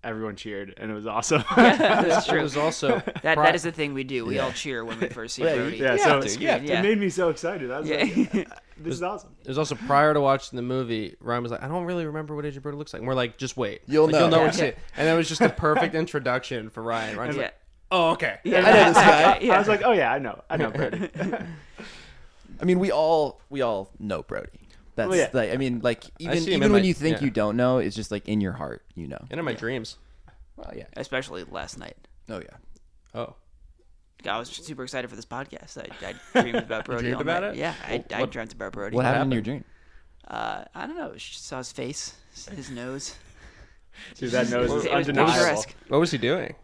[SPEAKER 4] everyone cheered, and it was awesome.
[SPEAKER 2] That's
[SPEAKER 3] It
[SPEAKER 2] true.
[SPEAKER 3] was also
[SPEAKER 2] That
[SPEAKER 3] pri-
[SPEAKER 2] that is the thing we do. We all cheer when we first see Brody.
[SPEAKER 4] yeah,
[SPEAKER 1] You
[SPEAKER 4] so
[SPEAKER 1] have to, you
[SPEAKER 4] yeah,
[SPEAKER 1] have
[SPEAKER 4] it
[SPEAKER 2] to. Yeah.
[SPEAKER 4] made me so excited. I was
[SPEAKER 2] Yeah.
[SPEAKER 4] like, this is awesome.
[SPEAKER 3] It was also prior to watching the movie. Ryan was like, I don't really remember what Agent Brody looks like. And we're like, just wait.
[SPEAKER 1] You'll
[SPEAKER 3] Like,
[SPEAKER 1] know.
[SPEAKER 3] You'll know
[SPEAKER 1] Yeah.
[SPEAKER 3] and see it. And that was just the perfect introduction for Ryan. Ryan's
[SPEAKER 2] Yeah.
[SPEAKER 3] like, oh, okay.
[SPEAKER 2] Yeah.
[SPEAKER 1] I know this guy.
[SPEAKER 4] I was like, oh yeah, I know, I know Brody.
[SPEAKER 1] I mean, we all we all know Brody. That's
[SPEAKER 4] Well, yeah.
[SPEAKER 1] like I mean, like even
[SPEAKER 3] see him
[SPEAKER 1] even
[SPEAKER 3] in
[SPEAKER 1] when
[SPEAKER 3] my-
[SPEAKER 1] you think
[SPEAKER 3] yeah.
[SPEAKER 1] you don't know, it's just like in your heart, you know.
[SPEAKER 3] And in my dreams.
[SPEAKER 1] Well, yeah.
[SPEAKER 2] especially last night.
[SPEAKER 1] Oh yeah.
[SPEAKER 3] Oh.
[SPEAKER 2] I was super excited for this podcast. I, I dreamed about Brody.
[SPEAKER 3] dreamed
[SPEAKER 2] all
[SPEAKER 3] about
[SPEAKER 2] night.
[SPEAKER 3] it?
[SPEAKER 2] Yeah, I, I
[SPEAKER 3] What-
[SPEAKER 2] dreamt about Brody.
[SPEAKER 1] What happened in your dream?
[SPEAKER 2] Uh, I don't know. She saw his face, his nose.
[SPEAKER 4] Dude, that nose is
[SPEAKER 2] It was
[SPEAKER 4] undeniable.
[SPEAKER 2] picturesque.
[SPEAKER 3] What was he doing?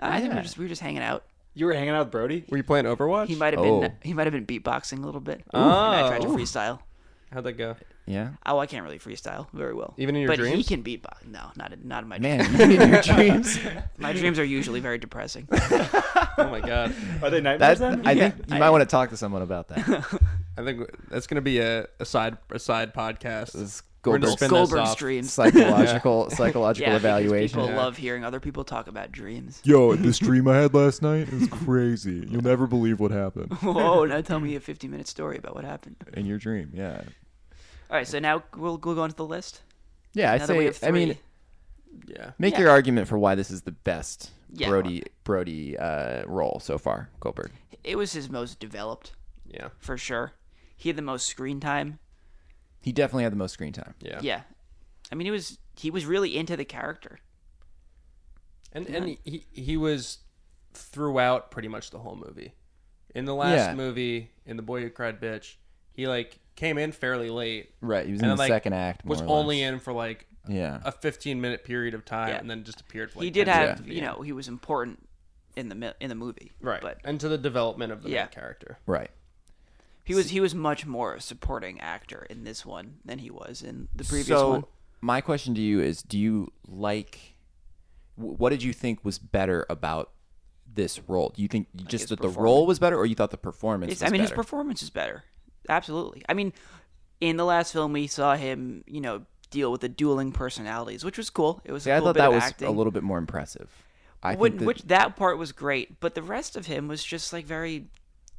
[SPEAKER 2] I think we were just we were just hanging out.
[SPEAKER 4] You were hanging out with Brody.
[SPEAKER 3] Were you playing Overwatch?
[SPEAKER 2] He might have
[SPEAKER 1] Oh.
[SPEAKER 2] been he might have been beatboxing a little bit. and I tried to
[SPEAKER 3] Oh.
[SPEAKER 2] freestyle.
[SPEAKER 3] How'd that go?
[SPEAKER 1] Yeah.
[SPEAKER 2] Oh, I can't really freestyle very well.
[SPEAKER 3] Even in your
[SPEAKER 2] but he
[SPEAKER 3] dreams?
[SPEAKER 2] can beatbox. No, not in, not in my dreams.
[SPEAKER 1] Man, you in your dreams.
[SPEAKER 2] My dreams are usually very depressing.
[SPEAKER 3] Oh my god.
[SPEAKER 4] Are they nightmares
[SPEAKER 1] That
[SPEAKER 4] then?
[SPEAKER 1] I think you might want to talk to someone about that.
[SPEAKER 3] I think that's gonna be a, a side a side podcast.
[SPEAKER 1] This
[SPEAKER 3] We're gonna
[SPEAKER 1] Goldberg-
[SPEAKER 3] spin this
[SPEAKER 2] Goldberg's
[SPEAKER 3] off.
[SPEAKER 2] dreams.
[SPEAKER 1] psychological psychological
[SPEAKER 2] yeah, because
[SPEAKER 1] evaluation.
[SPEAKER 2] People love hearing other people talk about dreams.
[SPEAKER 5] Yo, this dream I had last night is crazy. You'll never believe what happened
[SPEAKER 2] Whoa! Now tell me a 50 minute story about what happened.
[SPEAKER 5] in your dream. Yeah.
[SPEAKER 2] All right, so now we'll, we'll go on to the list.
[SPEAKER 1] Yeah, I
[SPEAKER 2] Now that we
[SPEAKER 1] say.
[SPEAKER 2] have
[SPEAKER 1] I mean,
[SPEAKER 2] three.
[SPEAKER 3] Yeah.
[SPEAKER 1] make
[SPEAKER 2] Yeah.
[SPEAKER 1] your argument for why this is the best
[SPEAKER 2] Yeah.
[SPEAKER 1] Brody Brody uh, role so far, Goldberg.
[SPEAKER 2] it was his most developed
[SPEAKER 3] Yeah.
[SPEAKER 2] for sure. He had the most screen time.
[SPEAKER 1] He definitely had the most screen time.
[SPEAKER 3] Yeah.
[SPEAKER 2] Yeah. I mean, he was he was really into the character.
[SPEAKER 3] And and he he was throughout pretty much the whole movie. In the last
[SPEAKER 1] Yeah.
[SPEAKER 3] movie, in the boy who cried bitch, he like came in fairly late.
[SPEAKER 1] Right, he was in
[SPEAKER 3] and then,
[SPEAKER 1] the
[SPEAKER 3] like,
[SPEAKER 1] second act.
[SPEAKER 3] Was
[SPEAKER 1] more or
[SPEAKER 3] only
[SPEAKER 1] less.
[SPEAKER 3] in for like
[SPEAKER 1] yeah.
[SPEAKER 2] Uh,
[SPEAKER 3] a fifteen minute period of time,
[SPEAKER 2] Yeah.
[SPEAKER 3] and then just appeared. For, like,
[SPEAKER 2] he did
[SPEAKER 3] 10
[SPEAKER 2] have,
[SPEAKER 3] seconds at the
[SPEAKER 2] you
[SPEAKER 3] end.
[SPEAKER 2] know, he was important in the mi- in the movie.
[SPEAKER 3] right,
[SPEAKER 2] But
[SPEAKER 3] and to the development of the
[SPEAKER 2] Yeah.
[SPEAKER 3] main character.
[SPEAKER 1] right.
[SPEAKER 2] he was he was much more a supporting actor in this one than he was in the previous
[SPEAKER 1] so,
[SPEAKER 2] one.
[SPEAKER 1] my question to you is: Do you like? wh- What did you think was better about this role? Do you think you just
[SPEAKER 2] his
[SPEAKER 1] that the role was better, or you thought the performance?
[SPEAKER 2] It's,
[SPEAKER 1] was
[SPEAKER 2] I mean, his
[SPEAKER 1] better?
[SPEAKER 2] performance is better. Absolutely. I mean, in the last film, we saw him, you know, deal with the dueling personalities, which was cool. It was.
[SPEAKER 1] See,
[SPEAKER 2] a
[SPEAKER 1] I
[SPEAKER 2] cool
[SPEAKER 1] thought
[SPEAKER 2] bit
[SPEAKER 1] that
[SPEAKER 2] of
[SPEAKER 1] was
[SPEAKER 2] acting.
[SPEAKER 1] a little bit more impressive. I
[SPEAKER 2] Which
[SPEAKER 1] think
[SPEAKER 2] that...
[SPEAKER 1] that,
[SPEAKER 2] which that part was great, but the rest of him was just like very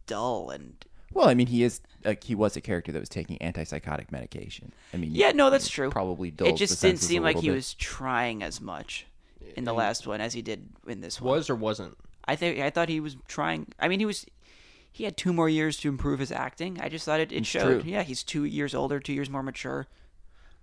[SPEAKER 2] dull and.
[SPEAKER 1] well, I mean, he is like he was a character that was taking antipsychotic medication. I mean,
[SPEAKER 2] Yeah, no, that's true.
[SPEAKER 1] probably dulls
[SPEAKER 2] It
[SPEAKER 1] the
[SPEAKER 2] just didn't
[SPEAKER 1] senses a
[SPEAKER 2] seem like
[SPEAKER 1] little
[SPEAKER 2] he
[SPEAKER 1] bit.
[SPEAKER 2] was trying as much in the last one as he did in this one.
[SPEAKER 3] Was or wasn't.
[SPEAKER 2] I think I thought he was trying. I mean, he was. He had two more years to improve his acting. I just thought it, it showed.
[SPEAKER 1] true.
[SPEAKER 2] Yeah, he's two years older, two years more mature.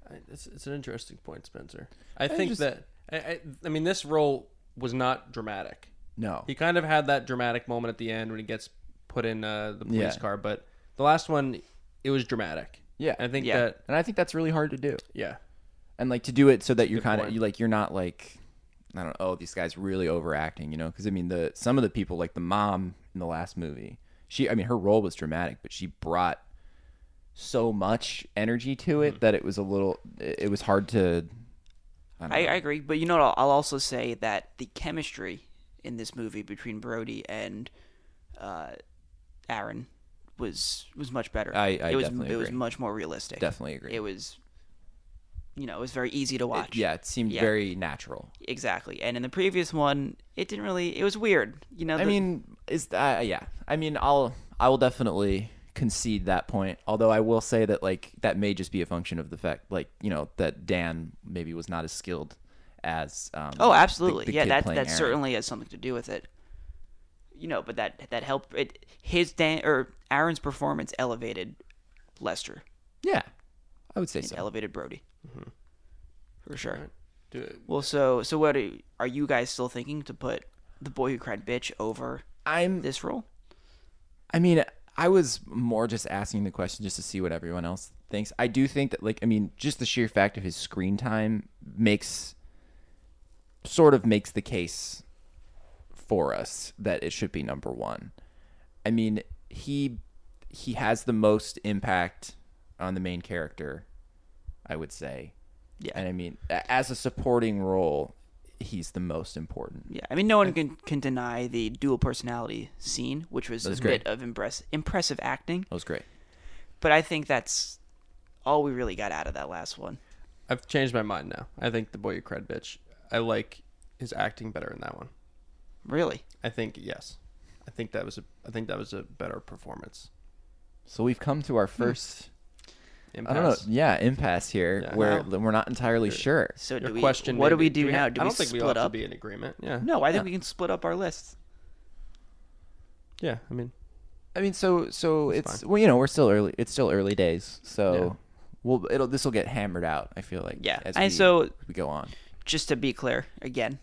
[SPEAKER 3] I- It's, it's an interesting point, Spencer. I, think that I, I, I mean this role was not dramatic.
[SPEAKER 1] no.
[SPEAKER 3] He kind of had that dramatic moment at the end when he gets put in uh, the police
[SPEAKER 1] Yeah.
[SPEAKER 3] car, but the last one it was dramatic.
[SPEAKER 1] Yeah.
[SPEAKER 3] I think
[SPEAKER 2] Yeah.
[SPEAKER 3] that
[SPEAKER 1] and I think that's really hard to do.
[SPEAKER 3] yeah.
[SPEAKER 1] and like to do it so that you're
[SPEAKER 3] good
[SPEAKER 1] kind of
[SPEAKER 3] point.
[SPEAKER 1] you like you're not like I don't know, oh these guys really overacting, you know? Because I mean the some of the people like the mom in the last movie, she I mean her role was dramatic, but she brought so much energy to
[SPEAKER 3] Mm.
[SPEAKER 1] it that it was a little it, it was hard to.
[SPEAKER 2] I, I agree, but you know what? I'll, I'll also say that the chemistry in this movie between Brody and uh, Aaron was was much better.
[SPEAKER 1] I- I
[SPEAKER 2] it was
[SPEAKER 1] definitely
[SPEAKER 2] it was
[SPEAKER 1] agree.
[SPEAKER 2] much more realistic.
[SPEAKER 1] Definitely agree.
[SPEAKER 2] it was. You know, it was very easy to watch.
[SPEAKER 1] Yeah, it seemed
[SPEAKER 2] Yeah.
[SPEAKER 1] very natural.
[SPEAKER 2] exactly. And in the previous one, it didn't really. It was weird. You know,
[SPEAKER 1] I
[SPEAKER 2] the-
[SPEAKER 1] mean, is uh, yeah. I mean, I'll I will definitely concede that point. Although I will say that like that may just be a function of the fact like you know that Dan maybe was not as skilled as um,
[SPEAKER 2] Oh, absolutely.
[SPEAKER 1] the
[SPEAKER 2] yeah,
[SPEAKER 1] kid
[SPEAKER 2] that
[SPEAKER 1] playing
[SPEAKER 2] that
[SPEAKER 1] Aaron.
[SPEAKER 2] certainly has something to do with it. You know, but that that helped it his Dan or Aaron's performance elevated Lester
[SPEAKER 1] yeah. I would say
[SPEAKER 2] and
[SPEAKER 1] so. Mm-hmm.
[SPEAKER 2] elevated Brody. For sure.
[SPEAKER 3] Do-
[SPEAKER 2] Well, so so what are you, are you guys still thinking to put the boy who cried bitch over
[SPEAKER 1] I'm.
[SPEAKER 2] this role?
[SPEAKER 1] I mean, I was more just asking the question just to see what everyone else thinks. I do think that like I mean, just the sheer fact of his screen time makes sort of makes the case for us that it should be number one. I mean, he he has the most impact on the main character, I would say.
[SPEAKER 2] Yeah.
[SPEAKER 1] And I mean, a- as a supporting role, he's the most important.
[SPEAKER 2] Yeah, I mean, no one can, can deny the dual personality scene, which was,
[SPEAKER 1] was
[SPEAKER 2] a
[SPEAKER 1] great.
[SPEAKER 2] bit of impress, impressive acting.
[SPEAKER 1] That was great.
[SPEAKER 2] But I think that's all we really got out of that last one.
[SPEAKER 3] I've changed my mind now. I think the boy you cried bitch. I like his acting better in that one.
[SPEAKER 2] Really,
[SPEAKER 3] I think yes. I think that was a I think that was a better performance.
[SPEAKER 1] So we've come to our
[SPEAKER 2] Hmm.
[SPEAKER 1] first I
[SPEAKER 3] Impasse.
[SPEAKER 1] don't know. Yeah, impasse here
[SPEAKER 3] Yeah.
[SPEAKER 1] where
[SPEAKER 3] Wow.
[SPEAKER 1] we're not entirely sure.
[SPEAKER 2] so
[SPEAKER 3] Your
[SPEAKER 2] do we?
[SPEAKER 3] question.
[SPEAKER 2] what do
[SPEAKER 3] maybe-
[SPEAKER 2] we do, now?
[SPEAKER 3] have-
[SPEAKER 2] do
[SPEAKER 3] I
[SPEAKER 2] we
[SPEAKER 3] don't think
[SPEAKER 2] split
[SPEAKER 3] we all have
[SPEAKER 2] up?
[SPEAKER 3] to be in agreement. Yeah.
[SPEAKER 2] No, I think
[SPEAKER 1] Yeah.
[SPEAKER 2] we can split up our lists.
[SPEAKER 3] Yeah. I mean,
[SPEAKER 1] I mean, so so
[SPEAKER 3] That's
[SPEAKER 1] it's well, you know, we're still early. It's still early days, so we'll it'll this will get hammered out. I feel like
[SPEAKER 2] Yeah.
[SPEAKER 1] as
[SPEAKER 2] And
[SPEAKER 1] we,
[SPEAKER 2] so-
[SPEAKER 1] we go on.
[SPEAKER 2] Just to be clear, again,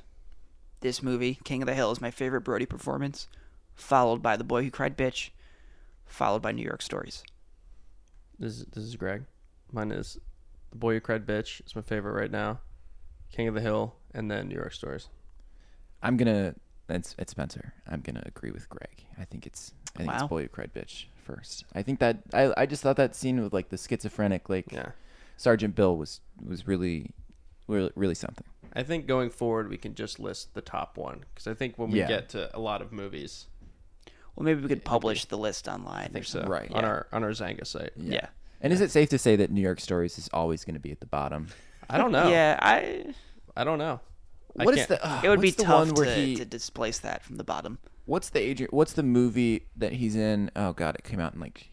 [SPEAKER 2] this movie, King of the Hill, is my favorite Brody performance, followed by The Boy Who Cried Bitch, followed by New York Stories.
[SPEAKER 3] this is, this is Greg. Mine is the boy who cried bitch. It's my favorite right now. King of the Hill, and then New York Stories.
[SPEAKER 1] I'm gonna. It's it's Spencer. I'm gonna agree with Greg. I think it's I think
[SPEAKER 2] Wow.
[SPEAKER 1] it's boy who cried bitch first. I think that I I just thought that scene with like the schizophrenic like
[SPEAKER 3] Yeah.
[SPEAKER 1] Sergeant Bill was was really really, really something.
[SPEAKER 3] I think going forward, we can just list the top one because I think when we
[SPEAKER 1] Yeah.
[SPEAKER 3] get to a lot of movies,
[SPEAKER 2] Well, maybe we could publish the list online.
[SPEAKER 3] I think so.
[SPEAKER 1] Right.
[SPEAKER 3] On
[SPEAKER 1] Yeah.
[SPEAKER 3] our on our Zanga site.
[SPEAKER 2] Yeah. yeah.
[SPEAKER 1] And is it safe to say that New York Stories is always going to be at the bottom?
[SPEAKER 3] I don't know.
[SPEAKER 2] I.
[SPEAKER 3] I don't know. I
[SPEAKER 1] What is
[SPEAKER 3] can't-
[SPEAKER 1] the? Uh,
[SPEAKER 2] It would be
[SPEAKER 1] what's the
[SPEAKER 2] tough
[SPEAKER 1] one where
[SPEAKER 2] to,
[SPEAKER 1] he,
[SPEAKER 2] to displace that from the bottom.
[SPEAKER 1] What's the Adrian? What's the movie that he's in? Oh God, it came out in like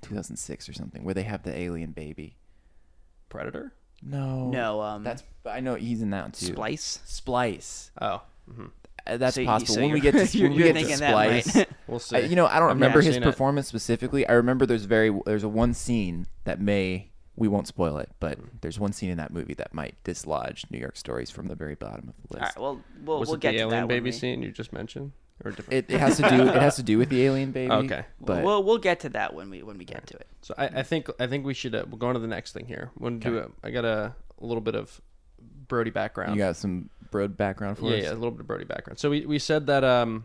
[SPEAKER 1] 2006 or something, where they have the alien baby.
[SPEAKER 3] Predator?
[SPEAKER 1] No,
[SPEAKER 3] Oh,
[SPEAKER 2] No, um,
[SPEAKER 1] that's I know he's in that one too.
[SPEAKER 2] Splice.
[SPEAKER 1] Splice.
[SPEAKER 3] Oh, hmm
[SPEAKER 1] Uh, that's
[SPEAKER 2] So you-
[SPEAKER 1] possible.
[SPEAKER 2] so
[SPEAKER 1] when we
[SPEAKER 2] you're-
[SPEAKER 1] get to
[SPEAKER 2] you're-
[SPEAKER 1] when we
[SPEAKER 2] you're
[SPEAKER 1] get to
[SPEAKER 2] thinking that might-
[SPEAKER 1] Splice,
[SPEAKER 3] we'll see.
[SPEAKER 1] I, you know, I don't
[SPEAKER 3] I've never
[SPEAKER 1] remember his
[SPEAKER 3] seen it.
[SPEAKER 1] performance specifically. I remember there's very there's a one scene that may we won't spoil it, but
[SPEAKER 3] Mm-hmm.
[SPEAKER 1] there's one scene in that movie that might dislodge New York stories from the very bottom of the
[SPEAKER 2] All
[SPEAKER 1] list.
[SPEAKER 2] right, well, we'll,
[SPEAKER 3] was
[SPEAKER 2] we'll
[SPEAKER 3] it
[SPEAKER 2] get to
[SPEAKER 3] the
[SPEAKER 2] that
[SPEAKER 3] alien
[SPEAKER 2] when
[SPEAKER 3] baby
[SPEAKER 2] we-
[SPEAKER 3] scene you just mentioned, or a different?
[SPEAKER 1] It, it has to do. It has to do with the alien baby.
[SPEAKER 3] Okay.
[SPEAKER 1] but
[SPEAKER 2] we'll we'll get to that when we when we get to it.
[SPEAKER 3] So I, I think I think we should uh, we'll go on to the next thing here. We'll do a, I got a, a little bit of Brody background.
[SPEAKER 1] you got some broad background for
[SPEAKER 3] yeah,
[SPEAKER 1] us.
[SPEAKER 3] yeah, a little bit of Brody background. So we, we said that um,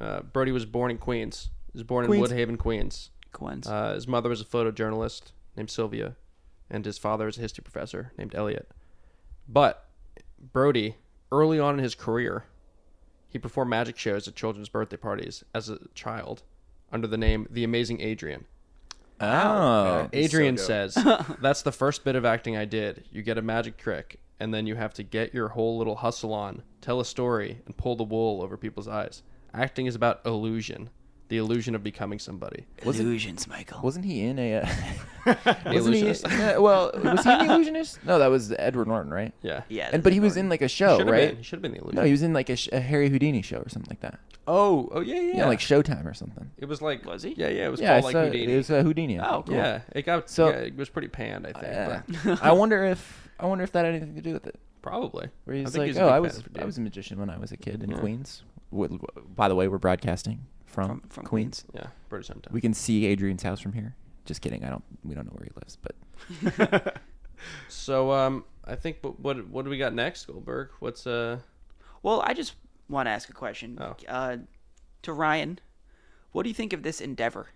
[SPEAKER 3] uh, Brody was born in Queens. He was born
[SPEAKER 1] Queens.
[SPEAKER 3] in Woodhaven, Queens.
[SPEAKER 2] Quince.
[SPEAKER 3] Uh, his mother was a photojournalist named Sylvia, and his father was a history professor named Elliot. But Brody, early on in his career, he performed magic shows at children's birthday parties as a child under the name The Amazing Adrian. Uh,
[SPEAKER 1] Oh,
[SPEAKER 3] Adrian says, That's the first bit of acting I did. You get a magic trick, and then you have to get your whole little hustle on, tell a story, and pull the wool over people's eyes. Acting is about illusion, the illusion of becoming somebody.
[SPEAKER 2] Illusions, Michael.
[SPEAKER 1] wasn't he in a?
[SPEAKER 3] The
[SPEAKER 1] wasn't he,
[SPEAKER 3] uh, illusionist.
[SPEAKER 1] uh, well, was he an illusionist? No, that was Edward Norton, right?
[SPEAKER 3] yeah.
[SPEAKER 2] yeah,
[SPEAKER 1] And but he was in like a show,
[SPEAKER 3] Should have
[SPEAKER 1] Oh, right?
[SPEAKER 3] been. He should have been the illusionist.
[SPEAKER 1] No, he was in like a, sh- a Harry Houdini show or something like that.
[SPEAKER 3] Oh, oh yeah, yeah,
[SPEAKER 1] Yeah, like Showtime or something.
[SPEAKER 3] it was like
[SPEAKER 2] Was he?
[SPEAKER 3] Yeah, yeah, it was
[SPEAKER 1] yeah,
[SPEAKER 3] called
[SPEAKER 1] I saw-
[SPEAKER 3] like Houdini.
[SPEAKER 1] it was a Houdini.
[SPEAKER 2] Oh, cool.
[SPEAKER 3] Yeah, it got
[SPEAKER 1] So- Oh,
[SPEAKER 3] so yeah, it was pretty panned, I think.
[SPEAKER 1] Yeah.
[SPEAKER 3] But
[SPEAKER 1] I wonder if I wonder if that had anything to do with it.
[SPEAKER 3] probably.
[SPEAKER 1] Where
[SPEAKER 3] I
[SPEAKER 1] he's
[SPEAKER 3] think
[SPEAKER 1] like,
[SPEAKER 3] he's a
[SPEAKER 1] oh,
[SPEAKER 3] big
[SPEAKER 1] I
[SPEAKER 3] fan
[SPEAKER 1] was
[SPEAKER 3] of
[SPEAKER 1] I
[SPEAKER 3] Houdini."
[SPEAKER 1] was a magician when I was a kid in Queens. Wh- wh- By the way, we're broadcasting from,
[SPEAKER 2] From- from
[SPEAKER 1] Queens.
[SPEAKER 3] Yeah, British sometime.
[SPEAKER 1] We can see Adrian's house from here. Just kidding. I don't. We don't know where he lives, but
[SPEAKER 3] So um, I think but what what do we got next, Goldberg? What's uh?
[SPEAKER 2] Well, I just want to ask a question
[SPEAKER 3] Oh.
[SPEAKER 2] uh, to Ryan. What do you think of this endeavor?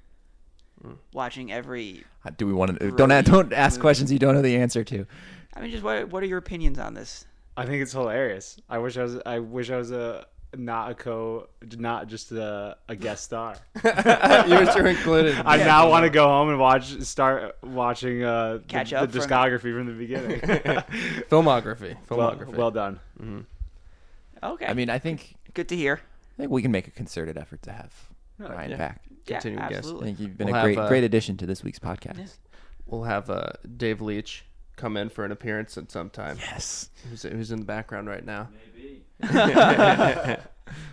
[SPEAKER 2] Watching every,
[SPEAKER 1] Uh, do we want to? Don't a- don't ask questions you don't know the answer to.
[SPEAKER 2] I mean, just what what are your opinions on this?
[SPEAKER 4] I think it's hilarious. I wish I was. I wish I was a not a co, not just a, a guest star.
[SPEAKER 3] Yours are included.
[SPEAKER 4] I now want to go home and watch, start watching uh, the-
[SPEAKER 2] Catch
[SPEAKER 4] the,
[SPEAKER 2] up from-
[SPEAKER 4] discography from the beginning.
[SPEAKER 3] filmography.
[SPEAKER 4] well,
[SPEAKER 3] Filmography.
[SPEAKER 4] well done.
[SPEAKER 2] Okay,
[SPEAKER 1] I mean, I think
[SPEAKER 2] good to hear.
[SPEAKER 1] I think we can make a concerted effort to have Ryan
[SPEAKER 3] Oh, yeah.
[SPEAKER 1] back.
[SPEAKER 2] Yeah,
[SPEAKER 3] Continuing guest.
[SPEAKER 1] I
[SPEAKER 2] absolutely.
[SPEAKER 1] think you've been
[SPEAKER 3] We'll
[SPEAKER 1] a
[SPEAKER 3] have,
[SPEAKER 1] great
[SPEAKER 3] uh,
[SPEAKER 1] great addition to this week's podcast.
[SPEAKER 3] we'll have uh Dave Leach come in for an appearance at some time.
[SPEAKER 1] Yes.
[SPEAKER 3] Who's, who's in the background right now?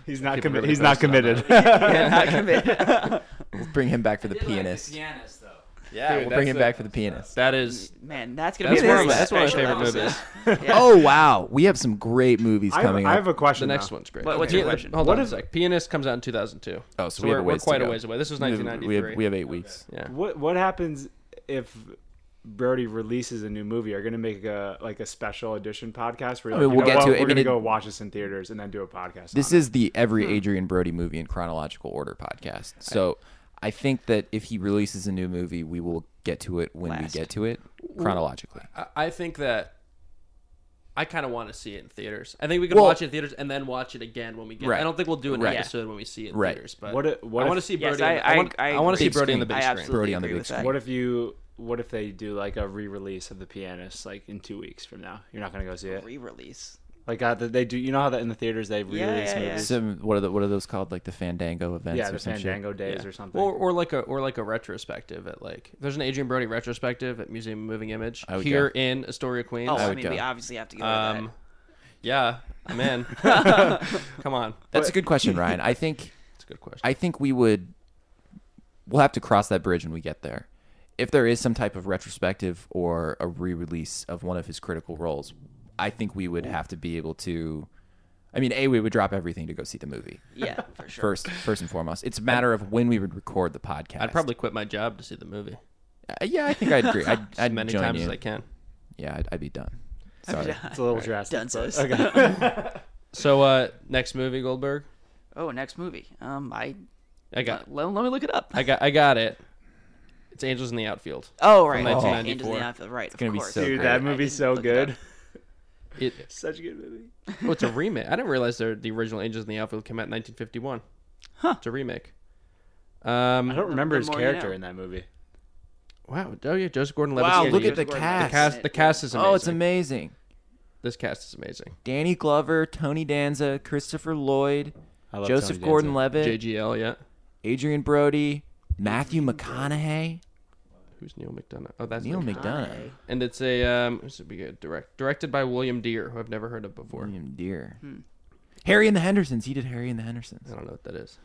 [SPEAKER 4] He's not
[SPEAKER 3] People
[SPEAKER 4] committed.
[SPEAKER 3] really
[SPEAKER 4] he's
[SPEAKER 3] posted
[SPEAKER 4] not
[SPEAKER 3] on
[SPEAKER 4] committed.
[SPEAKER 2] Yeah, not commit.
[SPEAKER 1] We'll bring him back for the pianist.
[SPEAKER 6] pianist, though.
[SPEAKER 3] Yeah,
[SPEAKER 1] we'll bring him back for the pianist.
[SPEAKER 3] That is
[SPEAKER 2] Man, that's gonna
[SPEAKER 3] that's
[SPEAKER 2] be
[SPEAKER 3] one of
[SPEAKER 2] this
[SPEAKER 3] my, that's one of my
[SPEAKER 2] special
[SPEAKER 3] favorite
[SPEAKER 2] episode.
[SPEAKER 3] movies.
[SPEAKER 2] Yeah.
[SPEAKER 1] Oh wow, we have some great movies
[SPEAKER 4] I, have,
[SPEAKER 1] coming
[SPEAKER 4] I
[SPEAKER 1] up.
[SPEAKER 4] have a question.
[SPEAKER 3] The next
[SPEAKER 4] now.
[SPEAKER 3] one's great.
[SPEAKER 2] What- what's
[SPEAKER 3] Okay,
[SPEAKER 2] your
[SPEAKER 3] wait,
[SPEAKER 2] question?
[SPEAKER 3] Hold on a sec. Pianist comes out in 2002.
[SPEAKER 1] Oh, so we have
[SPEAKER 3] we're,
[SPEAKER 1] a
[SPEAKER 3] we're
[SPEAKER 1] ways to
[SPEAKER 3] quite a
[SPEAKER 1] go.
[SPEAKER 3] ways away. This was
[SPEAKER 1] We have-
[SPEAKER 3] 1993.
[SPEAKER 1] We have, we have eight weeks.
[SPEAKER 3] yeah.
[SPEAKER 4] What What happens if Brody releases a new movie? Are you gonna make a like a special edition podcast? Where
[SPEAKER 1] I
[SPEAKER 4] you're
[SPEAKER 1] mean, we'll
[SPEAKER 4] like, you know
[SPEAKER 1] get to it. I
[SPEAKER 4] what? We're
[SPEAKER 1] mean,
[SPEAKER 4] gonna
[SPEAKER 1] it-
[SPEAKER 4] go watch this in theaters and then do a podcast.
[SPEAKER 1] This
[SPEAKER 4] on it.
[SPEAKER 1] is the
[SPEAKER 4] Hmm.
[SPEAKER 1] every Adrian Brody movie in chronological order podcast. So I think that if he releases a new movie, we will get to it when
[SPEAKER 2] Last.
[SPEAKER 1] we get to it chronologically.
[SPEAKER 3] I- I think that I kind of want to see it in theaters. I think we could
[SPEAKER 1] Well-
[SPEAKER 3] watch it in theaters and then watch it again when we get.
[SPEAKER 1] Right.
[SPEAKER 3] I don't think we'll do an
[SPEAKER 1] Right.
[SPEAKER 3] episode when we see it in
[SPEAKER 1] Right.
[SPEAKER 3] theaters. But
[SPEAKER 4] What i- what
[SPEAKER 3] I want to
[SPEAKER 4] if-
[SPEAKER 3] see Brody.
[SPEAKER 2] Yes,
[SPEAKER 3] on
[SPEAKER 2] I,
[SPEAKER 3] the-
[SPEAKER 2] I,
[SPEAKER 3] want,
[SPEAKER 2] I,
[SPEAKER 3] want to
[SPEAKER 2] agree.
[SPEAKER 3] see Brody on the
[SPEAKER 1] screen.
[SPEAKER 3] big
[SPEAKER 2] I
[SPEAKER 3] screen.
[SPEAKER 2] absolutely
[SPEAKER 1] Brody on the
[SPEAKER 2] agree
[SPEAKER 1] big
[SPEAKER 2] with
[SPEAKER 1] screen.
[SPEAKER 2] that.
[SPEAKER 4] What if you? What if they do like a re-release of the pianist like in two weeks from now? You're not gonna go see it.
[SPEAKER 2] re-release?
[SPEAKER 4] Like uh, they do. You know how that in the theaters they re-release
[SPEAKER 2] yeah, yeah.
[SPEAKER 4] movies.
[SPEAKER 1] Some what are the, what are those called? Like the Fandango events
[SPEAKER 4] Yeah,
[SPEAKER 1] or
[SPEAKER 4] the
[SPEAKER 1] some shit?
[SPEAKER 4] Fandango days
[SPEAKER 3] Yeah.
[SPEAKER 4] or something.
[SPEAKER 3] Or, or like a or like a retrospective at like there's an Adrian Brody retrospective at Museum of Moving Image
[SPEAKER 1] would
[SPEAKER 3] here in Astoria, Queens.
[SPEAKER 2] Oh, I,
[SPEAKER 1] would
[SPEAKER 2] mean,
[SPEAKER 1] go.
[SPEAKER 2] we obviously have to go.
[SPEAKER 3] um, yeah, I'm in. Come on,
[SPEAKER 1] That's a good question, Ryan. I think
[SPEAKER 3] that's a good question.
[SPEAKER 1] I think we would we'll have to cross that bridge when we get there. If there is some type of retrospective or a re-release of one of his critical roles, I think we would have to be able to I mean, A, we would drop everything to go see the movie.
[SPEAKER 2] to that. yeah, for sure.
[SPEAKER 1] First first and foremost. It's a matter of when we would record the podcast.
[SPEAKER 3] I'd probably quit my job to see the movie
[SPEAKER 1] Uh, yeah, I think I'd agree. I'd,
[SPEAKER 3] as
[SPEAKER 1] I'd
[SPEAKER 3] many
[SPEAKER 1] join
[SPEAKER 3] times
[SPEAKER 1] you.
[SPEAKER 3] as I can.
[SPEAKER 1] Yeah, I'd, I'd be done. Sorry.
[SPEAKER 4] it's a little drastic. but-
[SPEAKER 2] Dunzos.
[SPEAKER 4] Okay.
[SPEAKER 3] So uh, next movie, Goldberg.
[SPEAKER 2] Oh, next movie. Um, I uh,
[SPEAKER 3] I got
[SPEAKER 2] let, let me look it up.
[SPEAKER 3] I got I got it. It's Angels in the Outfield.
[SPEAKER 2] oh, right.
[SPEAKER 3] From
[SPEAKER 2] okay.
[SPEAKER 3] 1994.
[SPEAKER 2] Angels in the Outfield. Right. It's
[SPEAKER 1] gonna be so
[SPEAKER 4] Dude,
[SPEAKER 1] great.
[SPEAKER 4] that
[SPEAKER 1] I
[SPEAKER 4] movie's
[SPEAKER 2] didn't
[SPEAKER 4] so
[SPEAKER 2] look it
[SPEAKER 4] good.
[SPEAKER 2] up.
[SPEAKER 3] It,
[SPEAKER 4] Such a good movie.
[SPEAKER 3] oh, it's a remake. I didn't realize the the original Angels in the Outfield came out in 1951. Huh. It's a remake.
[SPEAKER 4] I
[SPEAKER 3] Um.
[SPEAKER 4] don't remember
[SPEAKER 2] the
[SPEAKER 4] his
[SPEAKER 2] more you
[SPEAKER 4] character
[SPEAKER 2] know.
[SPEAKER 4] in that movie.
[SPEAKER 3] Wow. Oh yeah, Joseph Gordon-Levitt.
[SPEAKER 1] Wow,
[SPEAKER 3] Yeah,
[SPEAKER 1] look
[SPEAKER 3] you-
[SPEAKER 1] at the
[SPEAKER 3] the
[SPEAKER 1] cast.
[SPEAKER 3] cast. The cast is amazing.
[SPEAKER 1] Oh, it's amazing.
[SPEAKER 3] This cast is amazing.
[SPEAKER 1] Danny Glover, Tony Danza, Christopher Lloyd,
[SPEAKER 4] I love
[SPEAKER 1] Joseph
[SPEAKER 4] Tony Danza.
[SPEAKER 1] Gordon-Levitt,
[SPEAKER 3] JGL, yeah.
[SPEAKER 1] Adrian Brody, Matthew McConaughey,
[SPEAKER 3] Who's Neil McDonough? Oh, that's
[SPEAKER 1] Neil
[SPEAKER 3] Neil.
[SPEAKER 1] McDonough,
[SPEAKER 3] and it's a um. This would be good. Direct directed by William Deere, who I've never heard of before.
[SPEAKER 1] William
[SPEAKER 2] Hmm.
[SPEAKER 1] Deere, Harry and the Hendersons. He did Harry and the Hendersons.
[SPEAKER 3] I don't know what that is.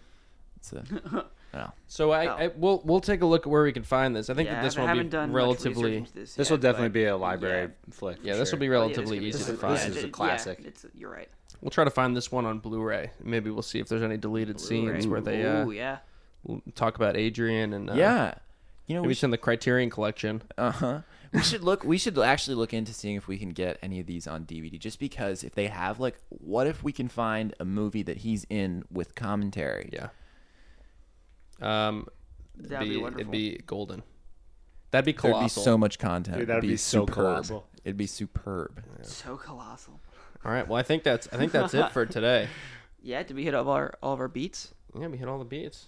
[SPEAKER 1] It's a
[SPEAKER 4] Uh-huh.
[SPEAKER 1] Oh.
[SPEAKER 3] So I,
[SPEAKER 2] Oh.
[SPEAKER 3] I we'll we'll take a look at where we can find this. I think that
[SPEAKER 2] Yeah,
[SPEAKER 3] this
[SPEAKER 2] I
[SPEAKER 3] one will
[SPEAKER 2] haven't
[SPEAKER 3] be
[SPEAKER 2] done much research
[SPEAKER 3] relatively
[SPEAKER 2] into this.
[SPEAKER 4] This
[SPEAKER 2] yet,
[SPEAKER 4] will definitely
[SPEAKER 2] but-
[SPEAKER 4] be a library flick. for
[SPEAKER 3] yeah. This will
[SPEAKER 4] sure.
[SPEAKER 3] be
[SPEAKER 2] but yeah,
[SPEAKER 3] relatively
[SPEAKER 2] it's
[SPEAKER 3] easy
[SPEAKER 2] gonna
[SPEAKER 3] to
[SPEAKER 2] be-
[SPEAKER 3] find.
[SPEAKER 4] This is a
[SPEAKER 2] yeah,
[SPEAKER 4] classic.
[SPEAKER 2] it's, you're right.
[SPEAKER 3] We'll try to find this one on Blu-ray. Maybe we'll see if there's any deleted scenes where they uh,
[SPEAKER 2] Ooh, yeah.
[SPEAKER 3] l- talk about Adrian and uh,
[SPEAKER 1] yeah. You know,
[SPEAKER 3] Maybe
[SPEAKER 1] we
[SPEAKER 3] it's in the Criterion Collection.
[SPEAKER 1] Uh huh. We should look. We should actually look into seeing if we can get any of these on DVD. Just because if they have, like, what if we can find a movie that he's in with commentary?
[SPEAKER 3] Yeah. Um, it'd
[SPEAKER 2] That'd be wonderful.
[SPEAKER 3] It'd be golden. That'd be
[SPEAKER 1] there'd
[SPEAKER 3] colossal.
[SPEAKER 1] be so much content.
[SPEAKER 4] Dude, that would
[SPEAKER 1] It'd
[SPEAKER 4] be so
[SPEAKER 1] superb.
[SPEAKER 4] colossal.
[SPEAKER 1] It'd be superb.
[SPEAKER 2] So colossal.
[SPEAKER 3] All right. Well, I think that's I think that's it for today.
[SPEAKER 2] Yeah, did we hit all of our all of our beats?
[SPEAKER 3] Yeah, we hit all the beats.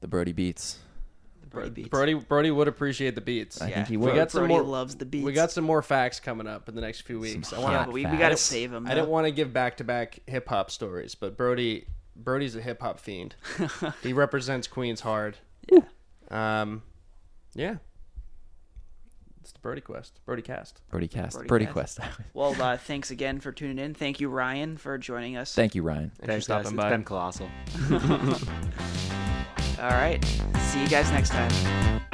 [SPEAKER 1] The Brody beats.
[SPEAKER 2] The Brody beats.
[SPEAKER 3] Brody Brody would appreciate the beats.
[SPEAKER 1] I
[SPEAKER 2] Yeah.
[SPEAKER 1] think he
[SPEAKER 2] We
[SPEAKER 1] would.
[SPEAKER 3] got some
[SPEAKER 2] Brody
[SPEAKER 3] more-
[SPEAKER 2] loves the beats.
[SPEAKER 3] We got some more facts coming up in the next few weeks. I
[SPEAKER 2] Yeah,
[SPEAKER 1] hot
[SPEAKER 2] but we, we
[SPEAKER 1] facts.
[SPEAKER 2] gotta save him.
[SPEAKER 3] I didn't want to give back to back hip hop stories, but Brody Brody's a hip hop fiend. he represents Queens hard. Yeah. Um, yeah. It's the Brody Quest. Brody Cast.
[SPEAKER 1] Brody cast.
[SPEAKER 2] Brody
[SPEAKER 1] Brody,
[SPEAKER 2] Cast.
[SPEAKER 1] quest.
[SPEAKER 2] Well, uh, thanks again for tuning in. Thank you, Ryan, for joining us.
[SPEAKER 1] Thank you, Ryan.
[SPEAKER 4] Thanks, guys.
[SPEAKER 3] stopping
[SPEAKER 4] It's
[SPEAKER 3] by.
[SPEAKER 4] been colossal.
[SPEAKER 2] All right. See you guys next time.